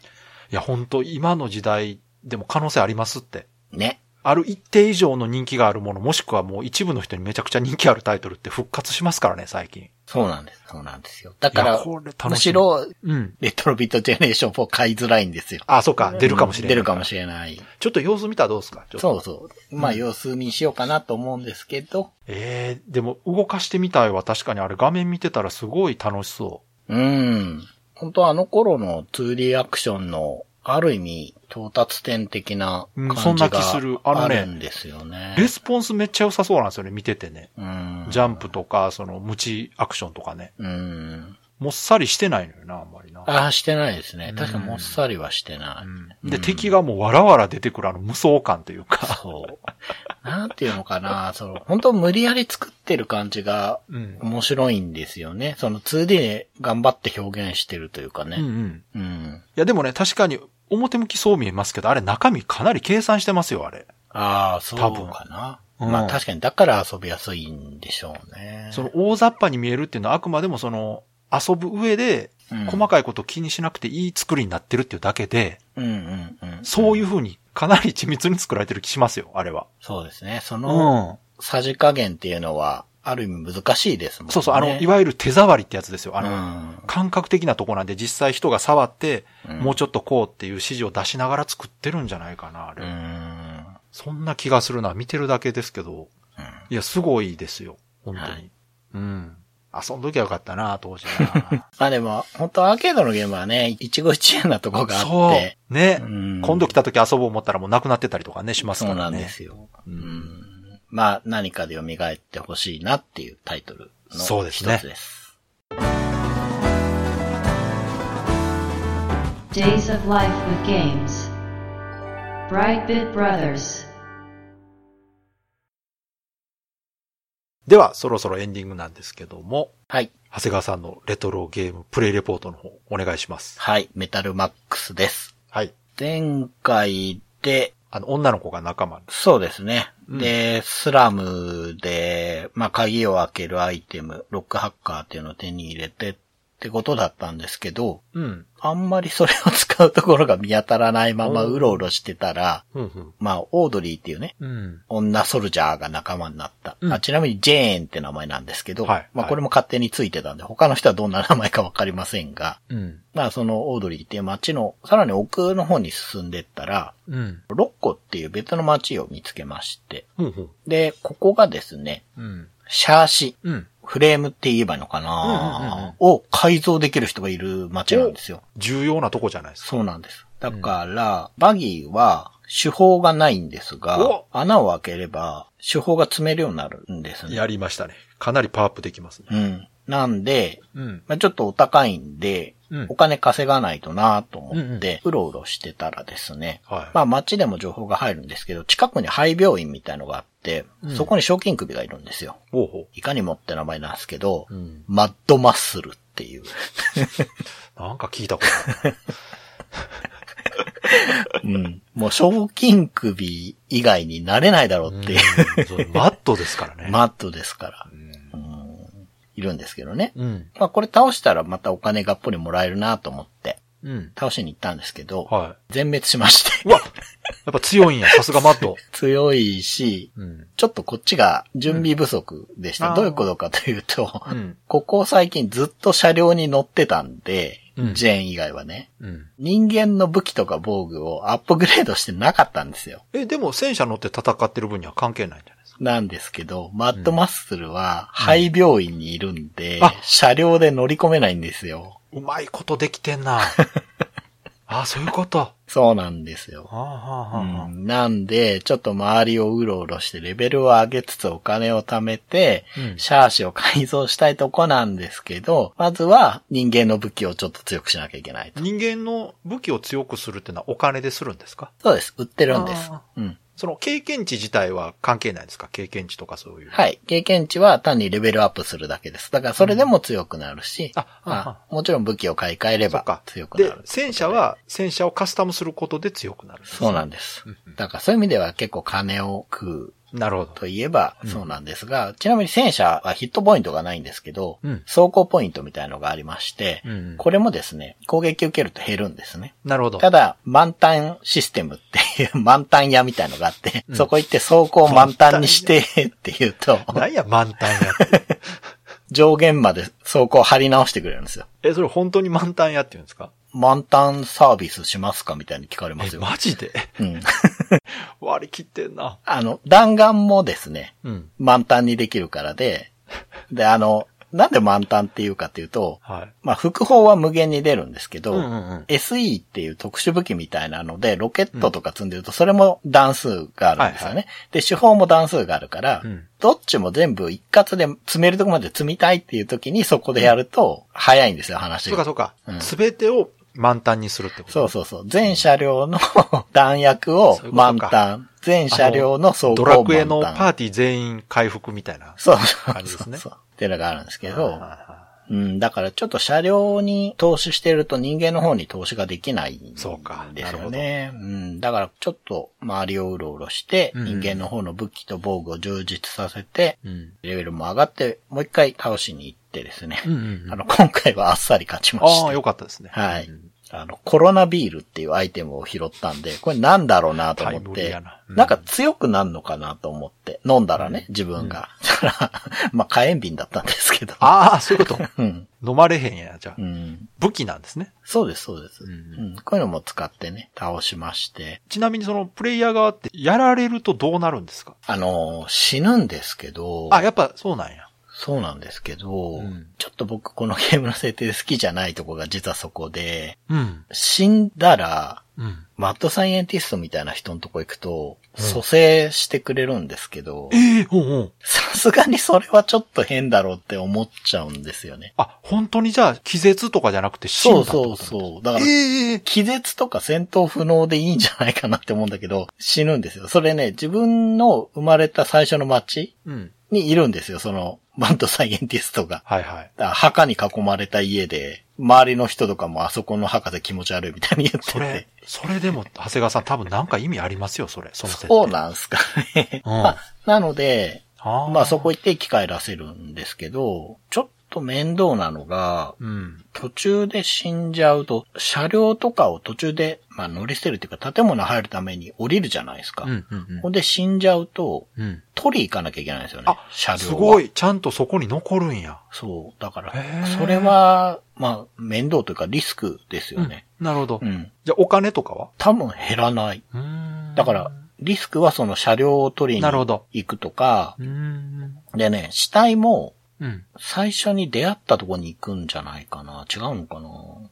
Speaker 2: いや、本当今の時代でも可能性ありますって。
Speaker 3: ね。
Speaker 2: ある一定以上の人気があるもの、もしくはもう一部の人にめちゃくちゃ人気あるタイトルって復活しますからね、最近。
Speaker 3: そうなんです。そうなんですよ。だ
Speaker 2: い
Speaker 3: か
Speaker 2: や、
Speaker 3: ら、
Speaker 2: これ楽しみ。
Speaker 3: むし。ろ、
Speaker 2: うん。
Speaker 3: レトロビットジェネレーション4買いづらいんですよ。
Speaker 2: あ、そうか、出るかもしれない。
Speaker 3: 出るかもしれない。
Speaker 2: ちょっと様子見たらどうですかちょっと
Speaker 3: そうそう。まあ、様子見しようかなと思うんですけど、
Speaker 2: ええでも動かしてみたいは確かにあれ画面見てたらすごい楽しそ
Speaker 3: うん。本当あの頃の 2D アクションの、ある意味、到達点的な
Speaker 2: うん
Speaker 3: 感じ
Speaker 2: そんな気
Speaker 3: が
Speaker 2: するあの
Speaker 3: あ
Speaker 2: ね
Speaker 3: るんですよね。
Speaker 2: う。レスポンスめっちゃ良さそうなんですよね、見ててね。
Speaker 3: うん。
Speaker 2: ジャンプとか、その、無知アクションとかね。
Speaker 3: うん。
Speaker 2: もっさりしてないのよな、あんまりな。
Speaker 3: ああ、してないです
Speaker 2: う
Speaker 3: ね
Speaker 2: ん。
Speaker 3: 確かもっさりはしてな
Speaker 2: うん、で、
Speaker 3: うん
Speaker 2: 敵がもうわらわら出てくるあの無双感という
Speaker 3: い。
Speaker 2: か。
Speaker 3: そう。なんていうのかな、その、本当無理やり作ってる感じが
Speaker 2: うん。
Speaker 3: 面白いんですよね。その 2D で頑張って表現してるというか
Speaker 2: うんう
Speaker 3: ね。
Speaker 2: ん。
Speaker 3: うん。
Speaker 2: いや、でもね、確かに表向きそう見えますけど、あれ中身かなり計算してますよ、あれ。
Speaker 3: ああ、そう
Speaker 2: 多分
Speaker 3: かな。
Speaker 2: うん
Speaker 3: まあ確かに、だから遊びやすいんでしょうね。
Speaker 2: その大雑把に見えるっていうのはあくまでもその遊ぶ上で
Speaker 3: うん
Speaker 2: 細かいことを気にしなくていい作りになってるっていうだけで、
Speaker 3: うんうんうん。。
Speaker 2: そういうう風にかなり緻密に作られてる気しますよ、あれは。
Speaker 3: そうですね。そうの、
Speaker 2: ん。
Speaker 3: さじ加減っていうのは、ある意味難しいですもんね。
Speaker 2: そうそう、あの、いわゆる手触りってやつですよ。あ
Speaker 3: う
Speaker 2: の、
Speaker 3: ん
Speaker 2: 感覚的なとこなんで実際人が触って、
Speaker 3: うん
Speaker 2: もうちょっとこうっていう指示を出しながら作ってるんじゃないかな、あ
Speaker 3: う
Speaker 2: れ。
Speaker 3: ん。
Speaker 2: そんな気がするな、見てるだけですけど。
Speaker 3: うん
Speaker 2: いや、すごいですよ、本当に。
Speaker 3: はい
Speaker 2: うん。遊んどきゃよかったな、当時
Speaker 3: (laughs)
Speaker 2: は。
Speaker 3: まあでも、本当アーケードのゲームはね、一期一会なとこがあっ
Speaker 2: そ
Speaker 3: て。
Speaker 2: う。ね。
Speaker 3: うん
Speaker 2: 今度来た時遊ぼう思ったらもうなくなってたりとかね、します
Speaker 3: そ
Speaker 2: か
Speaker 3: うな
Speaker 2: ら
Speaker 3: ん
Speaker 2: ね。
Speaker 3: ですよ。
Speaker 2: う
Speaker 3: うんん。まあ、何かで蘇ってほしいなっていうタイトル
Speaker 2: そう
Speaker 3: の
Speaker 2: で
Speaker 3: 一
Speaker 2: すね
Speaker 3: つです。
Speaker 1: Days of Life with Games. Brightbit Brothers.
Speaker 2: では、そろそろエンディングなんですけども、
Speaker 3: はい。
Speaker 2: 長谷川さんのレトロゲームプレイレポートの方、お願いします。
Speaker 3: はい。メタルマックスです。
Speaker 2: はい。
Speaker 3: 前回で、
Speaker 2: あの、女の子が仲間。
Speaker 3: そうですね。
Speaker 2: うん
Speaker 3: で、スラムで、まあ、鍵を開けるアイテム、ロックハッカーっていうのを手に入れてってことだったんですけど、
Speaker 2: うん。
Speaker 3: あんまりそれを使うところが見当たらないまま
Speaker 2: うん
Speaker 3: うろうろしてたら、
Speaker 2: うん、
Speaker 3: まあ、オードリーっていうね、
Speaker 2: うん。
Speaker 3: 女ソルジャーが仲間になった。
Speaker 2: うん
Speaker 3: あちなみにジェーンって名前なんですけど、
Speaker 2: はい
Speaker 3: ま
Speaker 2: は
Speaker 3: あ
Speaker 2: い
Speaker 3: これも勝手についてたんで、他の人はどんな名前かわかりませんが、
Speaker 2: うん。
Speaker 3: まあそのオードリーっていう街の、さらに奥の方に進んでったら、
Speaker 2: うん。
Speaker 3: ロッコっていう別の街を見つけまして、
Speaker 2: うん。
Speaker 3: で、ここがですね、
Speaker 2: うん。
Speaker 3: シャーシ、
Speaker 2: うん。
Speaker 3: フレームって言えばいいのかな、
Speaker 2: うんうんうんうん
Speaker 3: を改造できる人がいる街なんですよ。
Speaker 2: 重要なとこじゃないですか。
Speaker 3: そうなんです。だから、バギーは手法がないんですが
Speaker 2: お、
Speaker 3: 穴を開ければ手法が積めるようになるんですね。
Speaker 2: やりましたね。かなりパワーアップできますね。
Speaker 3: うん。なんで、
Speaker 2: うん。
Speaker 3: まあ、ちょっとお高いんで、
Speaker 2: うん
Speaker 3: お金稼がないとなと思って、うろうろしてたらですね、
Speaker 2: はい。
Speaker 3: まあ街でも情報が入るんですけど、近くに廃病院みたいのがあって、
Speaker 2: うん
Speaker 3: そこに賞金首がいるんですよ。
Speaker 2: ほうほ
Speaker 3: いかにもって名前なんですけど、
Speaker 2: う。うん。
Speaker 3: マッドマッスルっていう、
Speaker 2: なんか聞いたことある。
Speaker 3: うん、もう賞金首以外になれないだろうっていう、
Speaker 2: うんそう (laughs) マットですからね。
Speaker 3: マッドですから
Speaker 2: う、ん
Speaker 3: うんいるんですけどね。
Speaker 2: うん。
Speaker 3: まあこれ倒したらまたお金がっぽりもらえるなと思って、
Speaker 2: うん。
Speaker 3: 倒しに行ったんですけど、
Speaker 2: は
Speaker 3: 全滅しまして。
Speaker 2: い。うわやっぱ強いんや。さすがマット。
Speaker 3: 強いし、
Speaker 2: (laughs) うん。
Speaker 3: ちょっとこっちが準備不足でし
Speaker 2: うんあ
Speaker 3: た。
Speaker 2: ー
Speaker 3: どういうことかというと、
Speaker 2: うん。
Speaker 3: ここ最近ずっと車両に乗ってたんで、
Speaker 2: うん
Speaker 3: ジェーン以外はね、
Speaker 2: うん。
Speaker 3: 人間の武器とか防具をアップグレードしてなかったんですよ。
Speaker 2: え、でも戦車乗って戦ってる分には関係ないんじゃないですか。
Speaker 3: なんですけど、マッドマッスルは廃病院にいるんで、
Speaker 2: うんあ
Speaker 3: 車両で乗り込めないんですよ。
Speaker 2: うまいことできてん (laughs) な。あ、そういうこと。は
Speaker 3: そうなんですよ。
Speaker 2: あ、はあはあはあ、
Speaker 3: うんなんで、ちょっと周りをうろうろしてレベルを上げつつお金を貯めて、
Speaker 2: うん
Speaker 3: シャーシを改造したいとこなんですけど、まずは人間の武器をちょっと強くしなきゃいけないと。
Speaker 2: 人間の武器を強くするってのはお金でするんですか
Speaker 3: そうです。売ってるんです
Speaker 2: あ。
Speaker 3: うん。
Speaker 2: その経験値自体は関係ないんですか経験値とかそういう。い。
Speaker 3: はい。経験値は単にレベルアップするだけです。だからそれでも強くなるし、
Speaker 2: ああ
Speaker 3: まあもちろん武器を買い替えれ
Speaker 2: そっ
Speaker 3: ば
Speaker 2: か
Speaker 3: 強くな
Speaker 2: で
Speaker 3: る、。
Speaker 2: 戦車は戦車をカスタムすることで強くなるんです。
Speaker 3: そうなんです
Speaker 2: うんうん。
Speaker 3: だからそういう意味では結構金を食う
Speaker 2: なるほど。
Speaker 3: といえばそうなんですが、ちなみに戦車はヒットポイントがないんですけど、
Speaker 2: うん
Speaker 3: 走行ポイントみたいのがありまして、
Speaker 2: うんうん
Speaker 3: これもですね、攻撃受けると減るんですね。
Speaker 2: なるほど。
Speaker 3: ただ、満タンシステムっていう、 (laughs) 満タン屋みたいのがあって、
Speaker 2: うん
Speaker 3: そこ行って走行満タンにしてって言うと、
Speaker 2: なんや満タンや
Speaker 3: (laughs)
Speaker 2: って。
Speaker 3: 上限まで走行張り直してくれるんですよ。
Speaker 2: え、それ本当に満タンやって言うんですか
Speaker 3: 満タンサービスしますかみたいに聞かれま
Speaker 2: え
Speaker 3: す、よ。
Speaker 2: マジで (laughs)
Speaker 3: うん。
Speaker 2: 割り切ってんな。
Speaker 3: あの、弾丸もですね、
Speaker 2: うん。
Speaker 3: 満タンにできるからで、で、あの、なんで満タンっていうかっていうと、
Speaker 2: はい。
Speaker 3: まあ、副砲は無限に出るんですけど、
Speaker 2: うんうんうん。
Speaker 3: SE っていう特殊武器みたいなので、ロケットとか積んでると、それも段数があるんですよ
Speaker 2: は
Speaker 3: ね。
Speaker 2: いは
Speaker 3: で、手法も段数があるから、
Speaker 2: うん
Speaker 3: どっちも全部一括で積めるとこまで積みたいっていう時にそこでやると、早いんですよ、
Speaker 2: そ
Speaker 3: 話
Speaker 2: う
Speaker 3: が
Speaker 2: か。そうか
Speaker 3: うん。
Speaker 2: すべてを満タンにするってこと。
Speaker 3: そうそうそう。全車両の (laughs) 弾薬を
Speaker 2: そういうことか
Speaker 3: 満タン。全車両の走行
Speaker 2: ド
Speaker 3: を満タン。
Speaker 2: ラクエのパーティー全員回復みたいな。
Speaker 3: そうそう
Speaker 2: 感じで
Speaker 3: そ
Speaker 2: す
Speaker 3: う
Speaker 2: ね
Speaker 3: そう。っていうのがあるんですけ
Speaker 2: はい
Speaker 3: ど
Speaker 2: はい、は
Speaker 3: うん、だからちょっと車両に投資してると人間の方に投資ができないんです
Speaker 2: そ
Speaker 3: よ
Speaker 2: う
Speaker 3: ね。
Speaker 2: かなるほど
Speaker 3: うん、だからちょっと周りをうろうろして、
Speaker 2: うん
Speaker 3: 人間の方の武器と防具を充実させて、
Speaker 2: いうん。
Speaker 3: レベルも上がって、もう一回倒しに行ってですね。
Speaker 2: うんうんうん
Speaker 3: あの、今回はあっさり勝ちまし
Speaker 2: ああ、
Speaker 3: た。
Speaker 2: よかったですね。
Speaker 3: はい
Speaker 2: うん
Speaker 3: あの、コロナビールっていうアイテムを拾ったんで、これなんだろうなと思っ
Speaker 2: タイムリー
Speaker 3: て
Speaker 2: やな、うん
Speaker 3: なんか強くなるのかなと思って、飲んだらね、自分が。だから、まあ、火炎瓶だったん (laughs) で
Speaker 2: (laughs)
Speaker 3: すけど。
Speaker 2: ああ、そういう
Speaker 3: (laughs)
Speaker 2: こと。
Speaker 3: うん。
Speaker 2: 飲まれへんや、じゃあ
Speaker 3: う。ん。
Speaker 2: 武器なんですね。
Speaker 3: そうです、そうです。
Speaker 2: う
Speaker 3: うんん。こういうのも使ってね、倒しまして。
Speaker 2: ちなみにそのプレイヤー側ってやられるとどうなるんですか
Speaker 3: あのー、死ぬんですけど、
Speaker 2: あ、やっぱそうなんや。
Speaker 3: そうなんですけど、
Speaker 2: うん
Speaker 3: ちょっと僕このゲームの設定で好きじゃないとこが実はそこで、
Speaker 2: うん。
Speaker 3: 死んだら、
Speaker 2: うん。
Speaker 3: マッドサイエンティストみたいな人のとこ行くと、蘇生してくれるんですけど、
Speaker 2: ええほうんうん。
Speaker 3: さすがにそれはちょっと変だろうって思っちゃうんですよね。
Speaker 2: あ、本当にじゃあ気絶とかじゃなくて死んだ
Speaker 3: そう
Speaker 2: ってこと
Speaker 3: そうそう。だから、
Speaker 2: ええ
Speaker 3: 気絶とか戦闘不能でいいんじゃないかなって思うんだけど、死ぬんですよ。それね、自分の生まれた最初の町
Speaker 2: うん。
Speaker 3: にいるんですよ、その、マッドサイエンティストが。
Speaker 2: はいはい。
Speaker 3: だから墓に囲まれた家で、周りの人とかもあそこの墓で気持ち悪いみたいに言って
Speaker 2: それ
Speaker 3: (laughs) て。、
Speaker 2: それでも、長谷川さん多分なんか意味ありますよ、それ。その設定。
Speaker 3: そうなんすかね。
Speaker 2: うん
Speaker 3: まあ、 (laughs) なので、
Speaker 2: あー
Speaker 3: まあそこ行って生き返らせるんですけど、ちょっと面倒なのが、
Speaker 2: うん。
Speaker 3: 途中で死んじゃうと、車両とかを途中で、まあ、乗り捨てるっていうか、建物入るために降りるじゃないですか。
Speaker 2: うんうん
Speaker 3: ほんで死んじゃうと、
Speaker 2: うん。うん。
Speaker 3: 取り行かなきゃいけないんですよね
Speaker 2: あ。
Speaker 3: 車両は。
Speaker 2: すごい、ちゃんとそこに残るんや。
Speaker 3: そう。だから
Speaker 2: へ、ー
Speaker 3: それは、まあ、面倒というかリスクですよね。
Speaker 2: うんなるほど。
Speaker 3: うん。
Speaker 2: じゃあお金とかは
Speaker 3: 多分減らない。
Speaker 2: うーん
Speaker 3: だから、リスクはその車両を取りに
Speaker 2: なるほど
Speaker 3: 行くとか
Speaker 2: う、ーん。
Speaker 3: でね、死体も
Speaker 2: うん。
Speaker 3: 最初に出会ったとこに行くんじゃないかな。違うのかな。
Speaker 2: う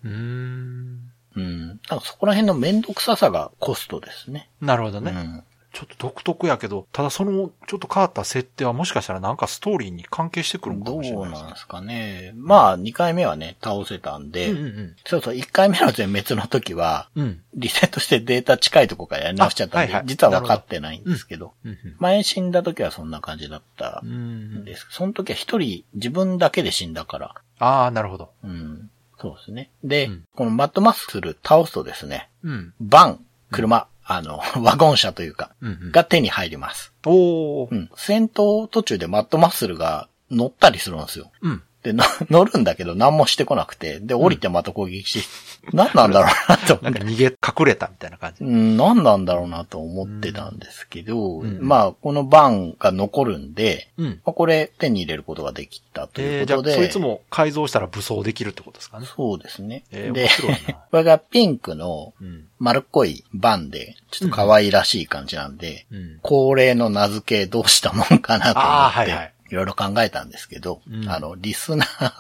Speaker 2: ーん。
Speaker 3: うん。だからそこら辺の面倒くささがコストですね。
Speaker 2: なるほどね。
Speaker 3: うん。
Speaker 2: ちょっと独特やけど、ただその、ちょっと変わった設定はもしかしたらなんかストーリーに関係してくるのか
Speaker 3: ど
Speaker 2: もしれ
Speaker 3: う
Speaker 2: ないです
Speaker 3: なん
Speaker 2: ね
Speaker 3: ですかね。まあ、2回目はね、倒せたんで、
Speaker 2: うんうん
Speaker 3: そうそう、1回目の全滅の時は、
Speaker 2: うん。うん。
Speaker 3: リセットしてデータ近いとこからやり直しちゃったんで、
Speaker 2: あはいはい
Speaker 3: 実は分かってないんですけど、
Speaker 2: うん
Speaker 3: 前死んだ時はそんな感じだった
Speaker 2: うんん。
Speaker 3: です。その時は一人自分だけで死んだから、
Speaker 2: ああ、なるほど。
Speaker 3: うん、そうですね。で、
Speaker 2: うん
Speaker 3: このマットマッスル倒すとですね、
Speaker 2: うん。
Speaker 3: バン、車、あの、 (laughs) ワゴン車というか、
Speaker 2: うんうん
Speaker 3: が手に入ります。
Speaker 2: おお
Speaker 3: う。ん。戦闘途中でマットマッスルが乗ったりするんですよ。
Speaker 2: うん。
Speaker 3: で、の (laughs) 乗るんだけど何もしてこなくて、で、降りてまた攻撃して、何なんだろうなと思
Speaker 2: な
Speaker 3: っ
Speaker 2: ん
Speaker 3: て
Speaker 2: か。逃げ隠れたみたいな感じ。
Speaker 3: うん、何なんだろうなと思ってたんですけど、
Speaker 2: うん
Speaker 3: まあ、このバンが残るんで、
Speaker 2: うん。
Speaker 3: まあ、これ手に入れることができたとい
Speaker 2: え
Speaker 3: う
Speaker 2: ー、じゃ
Speaker 3: こ
Speaker 2: あ、
Speaker 3: とで、
Speaker 2: そいつも改造したら武装できるってことですかね。
Speaker 3: そうですね。
Speaker 2: えー、
Speaker 3: で
Speaker 2: 面、白いな。
Speaker 3: これがピンクの
Speaker 2: (laughs) うん。
Speaker 3: 丸っこいバンで、ちょっと可愛らしい感じなんで、
Speaker 2: うん。
Speaker 3: 恒例の名付けどうしたもんかなと
Speaker 2: あー
Speaker 3: 思
Speaker 2: は
Speaker 3: っ
Speaker 2: い
Speaker 3: て、
Speaker 2: はい
Speaker 3: いろいろ考えたんですけど、
Speaker 2: うん
Speaker 3: あの、リスナー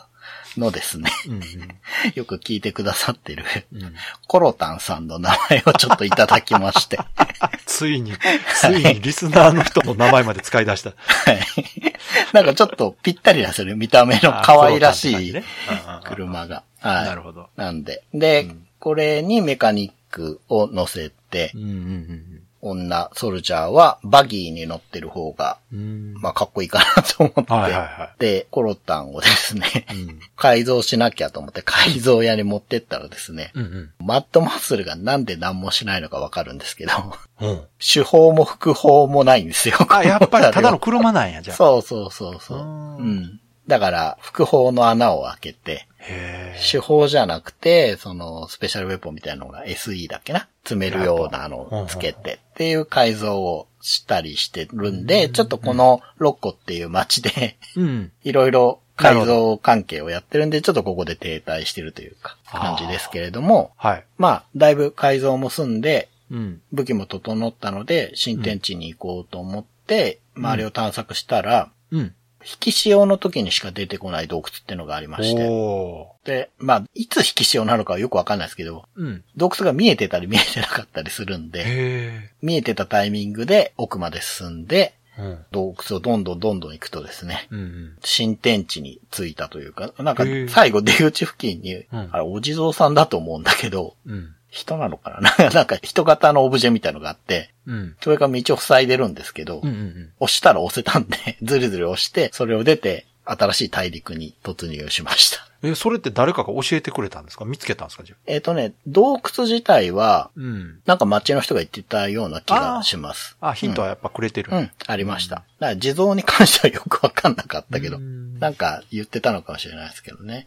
Speaker 3: のですね、 (laughs)
Speaker 2: うん
Speaker 3: よく聞いてくださってる、
Speaker 2: うん。うん。
Speaker 3: コロタンさんの名前をちょっといただき
Speaker 2: (laughs)
Speaker 3: まして、
Speaker 2: ついに、ついにリスナーの人の名前まで使い (laughs) 出した。
Speaker 3: はい。なんかちょっとぴったりなんですよね。見た目の可愛らしい
Speaker 2: あー。黒感って感じね
Speaker 3: 車が。
Speaker 2: うんうんうん
Speaker 3: はい。
Speaker 2: なるほど。
Speaker 3: なんで。で、
Speaker 2: うん
Speaker 3: これにメカニックを乗せて
Speaker 2: う、んうん
Speaker 3: 女、ソルジャーはバギーに乗ってる方が、
Speaker 2: うんうん。
Speaker 3: まあかっこいいかなと思って、
Speaker 2: はいはいは
Speaker 3: で、コロタンをですね、
Speaker 2: い。うん。
Speaker 3: 改造しなきゃと思って改造屋に持ってったらですね、
Speaker 2: うん
Speaker 3: マッドマッスルがなんで何もしないのかわかるんですけど、
Speaker 2: うん。うん。
Speaker 3: 手法も副法もないんですよ。
Speaker 2: あ、やっぱりただの
Speaker 3: こ
Speaker 2: 車なんや、じ
Speaker 3: 車両
Speaker 2: ゃあ。
Speaker 3: そうそうそうそうう。
Speaker 2: ん
Speaker 3: うん。だから、副砲の穴を開けて、
Speaker 2: へ
Speaker 3: 手法じゃなくて、その、スペシャルウェポンみたいなのが SE だっけな詰めるようなのをつけてっていう改造をしたりしてるんで、ちょっとこのロッコっていう街で、
Speaker 2: え。うん。
Speaker 3: いろいろ改造関係をやってるんで、ちょっとここで停滞してるというか、感じですけれども、
Speaker 2: はい。
Speaker 3: まあ、だいぶ改造も済んで、
Speaker 2: うん。
Speaker 3: 武器も整ったので、新天地に行こうと思って、周りを探索したら、
Speaker 2: うん。
Speaker 3: 引き潮の時にしか出てこない洞窟っていうのがありまして。
Speaker 2: お
Speaker 3: で、まあ、いつ引き潮なのかはよくわかんないですけど、
Speaker 2: ー。うん。
Speaker 3: 洞窟が見えてたり見えてなかったりするんで、
Speaker 2: へ
Speaker 3: 見えてたタイミングで奥まで進んで、
Speaker 2: え。うん。
Speaker 3: 洞窟をどんどんどんどん行くとですね、
Speaker 2: うんうん。
Speaker 3: 新天地に着いたというか、なんか
Speaker 2: へー
Speaker 3: 最後出口付近に、
Speaker 2: ん
Speaker 3: あれお地蔵さんだと思うんだけど、 (laughs)
Speaker 2: うん。
Speaker 3: 人なのかな (laughs) なんか人型のオブジェみたいのがあって、
Speaker 2: うん。
Speaker 3: それが道を塞いでるんですけど、
Speaker 2: うんうん
Speaker 3: 押したら押せたんで、 (laughs) ずるずる押して、それを出て、新しい大陸に突入しました。 (laughs)
Speaker 2: うん。え、それって誰かが教えてくれたんですか見つけたんですかじゃあ。
Speaker 3: えっ、とね、洞窟自体は、
Speaker 2: うん。
Speaker 3: なんか街の人が言ってたような気がします。
Speaker 2: あ、ヒントはやっぱくれてる。
Speaker 3: うん、ありました。だから地蔵に関してはよくわかんなかったけど、
Speaker 2: うん
Speaker 3: なんか言ってたのかもしれないですけどね。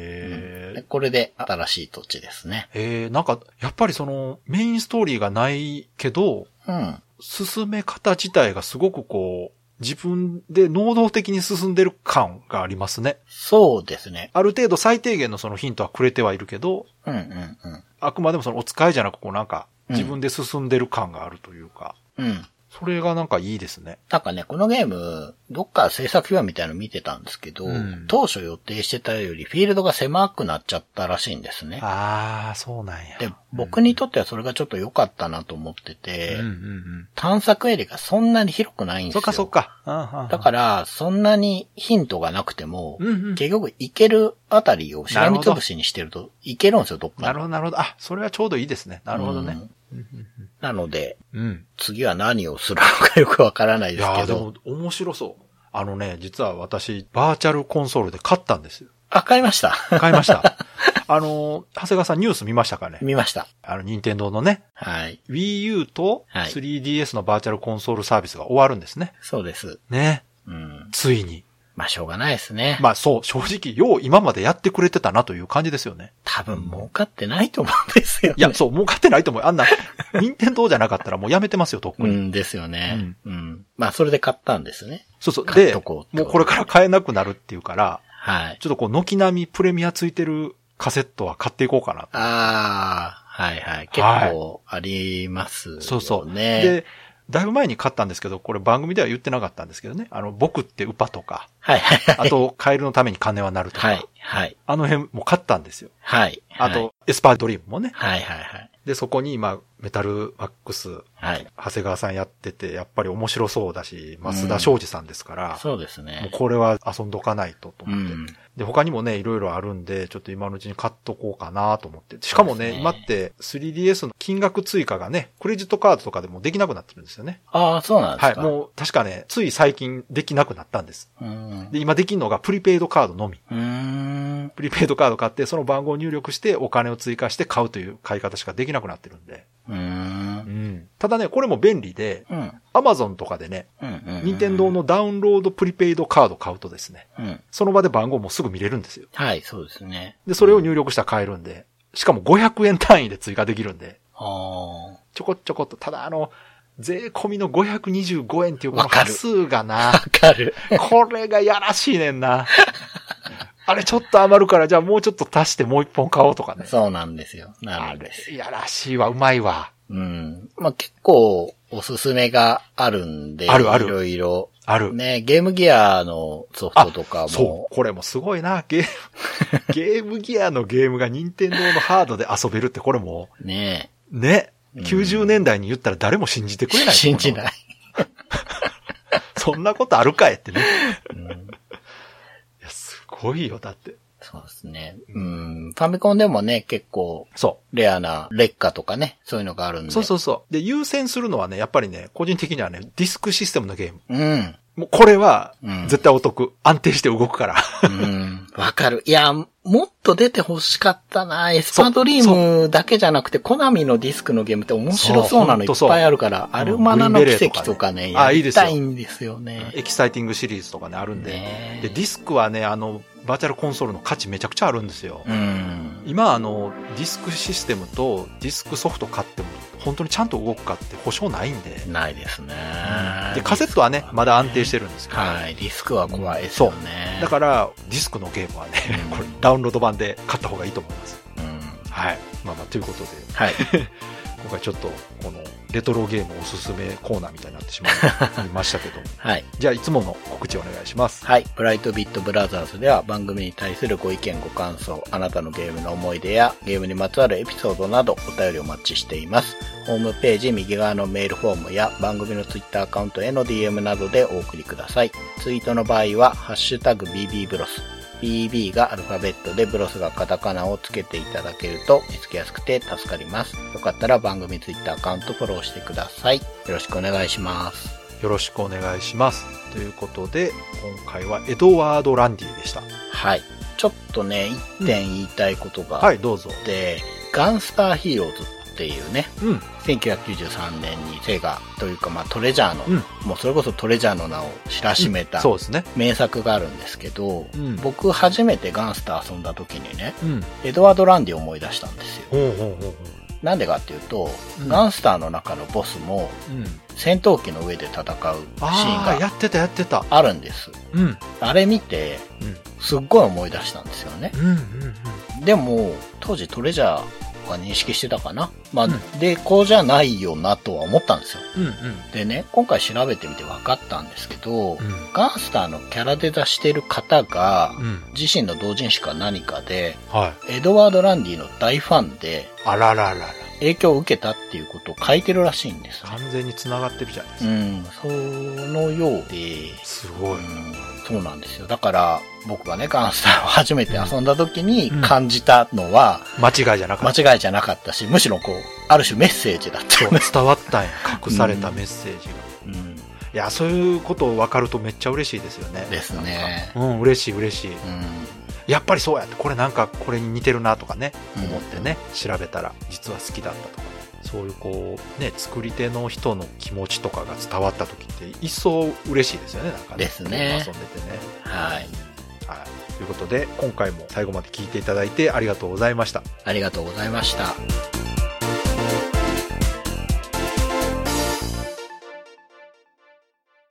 Speaker 2: へ
Speaker 3: で
Speaker 2: え。
Speaker 3: これで新しい土地ですね。
Speaker 2: へえ、なんか、やっぱりその、メインストーリーがないけど、
Speaker 3: うん。
Speaker 2: 進め方自体がすごくこう、自分で能動的に進んでる感がありますね。
Speaker 3: そうですね。
Speaker 2: ある程度最低限のそのヒントはくれてはいるけど、
Speaker 3: うんうんうん。
Speaker 2: あくまでもそのお使いじゃなくこうなんか
Speaker 3: うん
Speaker 2: 自分で進んでる感があるというか、
Speaker 3: うん。
Speaker 2: それがなんかいいですね。
Speaker 3: なんかね、このゲーム、どっか制作秘話みたいなの見てたんですけど、
Speaker 2: うん
Speaker 3: 当初予定してたよりフィールドが狭くなっちゃったらしいんですね。
Speaker 2: ああ、そうなんや。
Speaker 3: で、僕にとってはそれがちょっと良かったなと思って
Speaker 2: う
Speaker 3: て、
Speaker 2: んうんうん。
Speaker 3: 探索エリアがそんなに広くないんです
Speaker 2: そ
Speaker 3: よ。
Speaker 2: っかそっか。うんうん
Speaker 3: だから、そんなにヒントがなくても、
Speaker 2: うんうん。
Speaker 3: 結局行けるあたりをしらみつぶしにしてると行けるんですよ、どっかに
Speaker 2: なるほどなるほど。あ、それはちょうどいいですね。なるほどね。
Speaker 3: なので、
Speaker 2: うん。
Speaker 3: 次は何をするのかよ (laughs) くわからない
Speaker 2: い
Speaker 3: です
Speaker 2: や
Speaker 3: け
Speaker 2: ーで
Speaker 3: ど。
Speaker 2: も面白そう。あのね、実は私、バーチャルコンソールで買ったんですよ。
Speaker 3: あ、買いました。 (laughs)
Speaker 2: 買いました。 (laughs) あのー、長谷川さんニュース見ましたかね
Speaker 3: 見ました。
Speaker 2: あの、任天堂のね、
Speaker 3: はい。
Speaker 2: Wii U と
Speaker 3: はい
Speaker 2: 3DS のバーチャルコンソールサービスが終わるんですね。
Speaker 3: そうです。
Speaker 2: ね。
Speaker 3: うん。
Speaker 2: ついに。
Speaker 3: まあ、しょうがないですね。
Speaker 2: まあそう、正直、よう今までやってくれてたなという感じですよね。
Speaker 3: 多分儲かってないと思うんですよ、ね。
Speaker 2: いや、そう、儲かってないと思う。あんな、 (laughs) 任天堂じゃなかったらもうやめてます
Speaker 3: (laughs)
Speaker 2: よ、とっく
Speaker 3: う
Speaker 2: に。
Speaker 3: んですよね。うん。まあ、それで買ったんですね。
Speaker 2: そうそう。
Speaker 3: 買っ
Speaker 2: で、
Speaker 3: とこう
Speaker 2: もうこれから買えなくなるっていうから、
Speaker 3: はい。
Speaker 2: ちょっとこう、軒並みプレミアついてるカセットは買っていこうかな。
Speaker 3: ああ、はいはい。結構あります、ね。
Speaker 2: そうそう。
Speaker 3: ね。
Speaker 2: で、だいぶ前に買ったんですけど、これ番組では言ってなかったんですけどね。あの、僕ってウパとか、
Speaker 3: はいはいは
Speaker 2: (laughs) あ
Speaker 3: い。
Speaker 2: と、カエルのために金はなるとか、
Speaker 3: はいはい。
Speaker 2: あの辺も買ったんですよ。
Speaker 3: はい。
Speaker 2: あと、、エスパードリームもね。
Speaker 3: はいはいはい。
Speaker 2: で、そこに今、メタルマックス、
Speaker 3: はい。
Speaker 2: 長谷川さんやってて、やっぱり面白そうだし、増田昌司さんですから、
Speaker 3: そうです
Speaker 2: もう
Speaker 3: ね。
Speaker 2: これは遊んどかないとと
Speaker 3: う
Speaker 2: 思って、
Speaker 3: ん。
Speaker 2: で、他にもね、いろいろあるんで、ちょっと今のうちに買っとこうかなと思って。しかも
Speaker 3: そうで
Speaker 2: ね、
Speaker 3: すね
Speaker 2: 今って 3DS の金額追加がね、クレジットカードとかでもできなくなってるんですよね。
Speaker 3: ああ、そうなんで
Speaker 2: は
Speaker 3: す
Speaker 2: い。
Speaker 3: か。
Speaker 2: もう確かね、つい最近できなくなったんです。
Speaker 3: うん。う
Speaker 2: で、今できるのがプリペイドカードのみ。
Speaker 3: ーん。
Speaker 2: プリペイドカード買って、その番号を入力してお金を追加して買うという買い方しかできなくなってるんで。
Speaker 3: うーん。
Speaker 2: ただね、これも便利で、
Speaker 3: うん。
Speaker 2: Amazon とかでね、
Speaker 3: うん。うん。
Speaker 2: 任天堂。のダウンロードプリペイドカード買うとですね、
Speaker 3: うん。
Speaker 2: その場で番号もすぐ見れるんですよ。
Speaker 3: はい、そうですね。
Speaker 2: で、それを入力したら買えるんで、しかも500円単位で追加できるんで、
Speaker 3: あ
Speaker 2: ちょこちょこっと、ただあの、税込みの525円っていうこの
Speaker 3: わかる
Speaker 2: 端数が
Speaker 3: あ。わ
Speaker 2: な、
Speaker 3: かる。
Speaker 2: これがやらしいねんな。あれちょっと余るから、じゃあもうちょっと足してもう一本買おうとかね。
Speaker 3: そうなんですよ。な
Speaker 2: あ
Speaker 3: るんで
Speaker 2: れ
Speaker 3: すよ、
Speaker 2: やらしいわ、うまいわ。
Speaker 3: うん。まあ、結構おすすめがあるんで。
Speaker 2: あるある
Speaker 3: いろいろ。
Speaker 2: ある。
Speaker 3: ね、ゲームギアのソフトとか
Speaker 2: そ
Speaker 3: も
Speaker 2: う、。これもすごいな。ゲー
Speaker 3: (laughs)
Speaker 2: ム、ゲームギアのゲームが任天堂のハードで遊べるって、これも
Speaker 3: ね
Speaker 2: う、ね、
Speaker 3: うん
Speaker 2: 90年代に言ったら誰も信じてくれない。
Speaker 3: 信じ
Speaker 2: い。
Speaker 3: ない。
Speaker 2: そんなことあるかいってね。
Speaker 3: う
Speaker 2: い
Speaker 3: ん
Speaker 2: や、すごいよ、だって。
Speaker 3: そうですね。うん。ファミコンでもね、結構
Speaker 2: そ
Speaker 3: レアな劣化とかね、そういうのがある
Speaker 2: う。
Speaker 3: んで。
Speaker 2: そうそうそう。で、優先するのはね、やっぱりね、個人的にはね、ディスクシステムのゲーム。
Speaker 3: う。うん。
Speaker 2: もうこれは
Speaker 3: うん、
Speaker 2: 絶対お得。安定して動くから。
Speaker 3: うん。わかる。いや、もっと出て欲しかったな。エスパードリームだけじゃなくて、コナミのディスクのゲームって面白そうなのい
Speaker 2: そう
Speaker 3: っぱいあるから、
Speaker 2: ん
Speaker 3: アルマナの
Speaker 2: グリーン
Speaker 3: 奇
Speaker 2: ベレー
Speaker 3: 跡と
Speaker 2: とか
Speaker 3: かね、
Speaker 2: ね
Speaker 3: や
Speaker 2: あいい
Speaker 3: り
Speaker 2: ですよ
Speaker 3: たいんですよね。
Speaker 2: エキサイティングシリーズとかね、あるんで。
Speaker 3: ね
Speaker 2: で、
Speaker 3: え
Speaker 2: ディスクはね、あの、バーチャルコンソールの価値めちゃくちゃあるんですよ。
Speaker 3: うん。
Speaker 2: 今、あの、ディスクシステムとディスクソフト買っても、本当にちゃんと動くかって保証ないんで。
Speaker 3: ないですね。
Speaker 2: で、カセットはね、まだ安定して
Speaker 3: る。
Speaker 2: るんですけど。
Speaker 3: はい。リスクは怖いですよね。
Speaker 2: だから、ディスクのゲームはね、 (laughs) これ、ダウンロード版で買った方がいいと思います。
Speaker 3: うん。
Speaker 2: はい。まあまあ、ということで、
Speaker 3: はい。
Speaker 2: 今回ちょっとこのレトロゲームおすすめコーナーみたいになってしまいましたけ
Speaker 3: (laughs)
Speaker 2: ど
Speaker 3: はい。
Speaker 2: じゃあいつもの告知お願いします
Speaker 3: はい。ブライトビットブラザーズでは番組に対するご意見、ご感想、あなたのゲームの思い出やゲームにまつわるエピソードなどお便りお待ちしています。ホームページ右側のメールフォームや番組のツイッターアカウントへの DM などでお送りください。ツイートの場合は、ハッシュタグ BB ブロス。BB がアルファベットでブロスがカタカナをつけていただけると見つけやすくて助かります。よかったら番組ツイッターアカウントフォローしてください。よろしくお願いします。
Speaker 2: よろしくお願いしますということで今回はエドワード・ランディでした
Speaker 3: はい。ちょっとね、一点言いたいことがあ
Speaker 2: は
Speaker 3: っ
Speaker 2: いどうぞ
Speaker 3: て、ガンスターヒーローズっていうね、
Speaker 2: うん
Speaker 3: 1993年にセガというか、まあ、トレジャーの、
Speaker 2: うん
Speaker 3: もうそれこそトレジャーの名を知らしめた
Speaker 2: そうですね
Speaker 3: 名作があるんですけど、
Speaker 2: うん
Speaker 3: 僕初めてガンスター遊んだ時にね、
Speaker 2: うん
Speaker 3: エドワード・ランディを思い出したんですよ。
Speaker 2: ほうほうほうほ
Speaker 3: なんでかっていうと、
Speaker 2: うん
Speaker 3: ガンスターの中のボスも
Speaker 2: ううん
Speaker 3: 戦闘機の上で戦うシ
Speaker 2: あ
Speaker 3: ー
Speaker 2: あ
Speaker 3: ン
Speaker 2: や
Speaker 3: が
Speaker 2: ってたやってた
Speaker 3: あるんです。
Speaker 2: うんうん
Speaker 3: あれ見て、すっごい思い出したんですよね。
Speaker 2: うんうん
Speaker 3: でも、当時トレジャーが認識してたかな。まあ、
Speaker 2: うん
Speaker 3: で、こうじゃないよなとは思ったんですよ。
Speaker 2: うん
Speaker 3: でね、今回調べてみて分かったんですけど、
Speaker 2: うん
Speaker 3: ガンスターのキャラデザしてる方が、
Speaker 2: うんうん
Speaker 3: 自身の同人誌か何かで、
Speaker 2: はい
Speaker 3: エドワード・ランディの大ファンで、
Speaker 2: あらららら
Speaker 3: 影響を受けたっていうことを書いてるらしいんです。
Speaker 2: 完全に繋がってるじゃないです
Speaker 3: う
Speaker 2: か、
Speaker 3: ん、そのようで、
Speaker 2: すごい、
Speaker 3: うんそうなんですよ。だから、僕がね、ガンスターを初めて遊んだ時に
Speaker 2: うん
Speaker 3: 感じたのは、
Speaker 2: 間違いじゃなかった
Speaker 3: 間違いじゃなかったし、むしろこう、ある種メッセージだったよね。
Speaker 2: 伝わったんや隠されたメッセージが、
Speaker 3: うん、
Speaker 2: いやそういうことを分かるとめっちゃ嬉しいですよね
Speaker 3: (laughs) ですね
Speaker 2: なんかうん嬉しい嬉しい
Speaker 3: うん。
Speaker 2: やっぱりそうやってこれなんかこれに似てるなとかね思ってね、調べたら実は好きだったとかそういうこうね作り手の人の気持ちとかが伝わった時って一層嬉しいですよねなんか
Speaker 3: ですね
Speaker 2: 遊んでてね
Speaker 3: はい。
Speaker 2: はいということで今回も最後まで聞いていただいてありがとうございました
Speaker 3: ありがとうございました。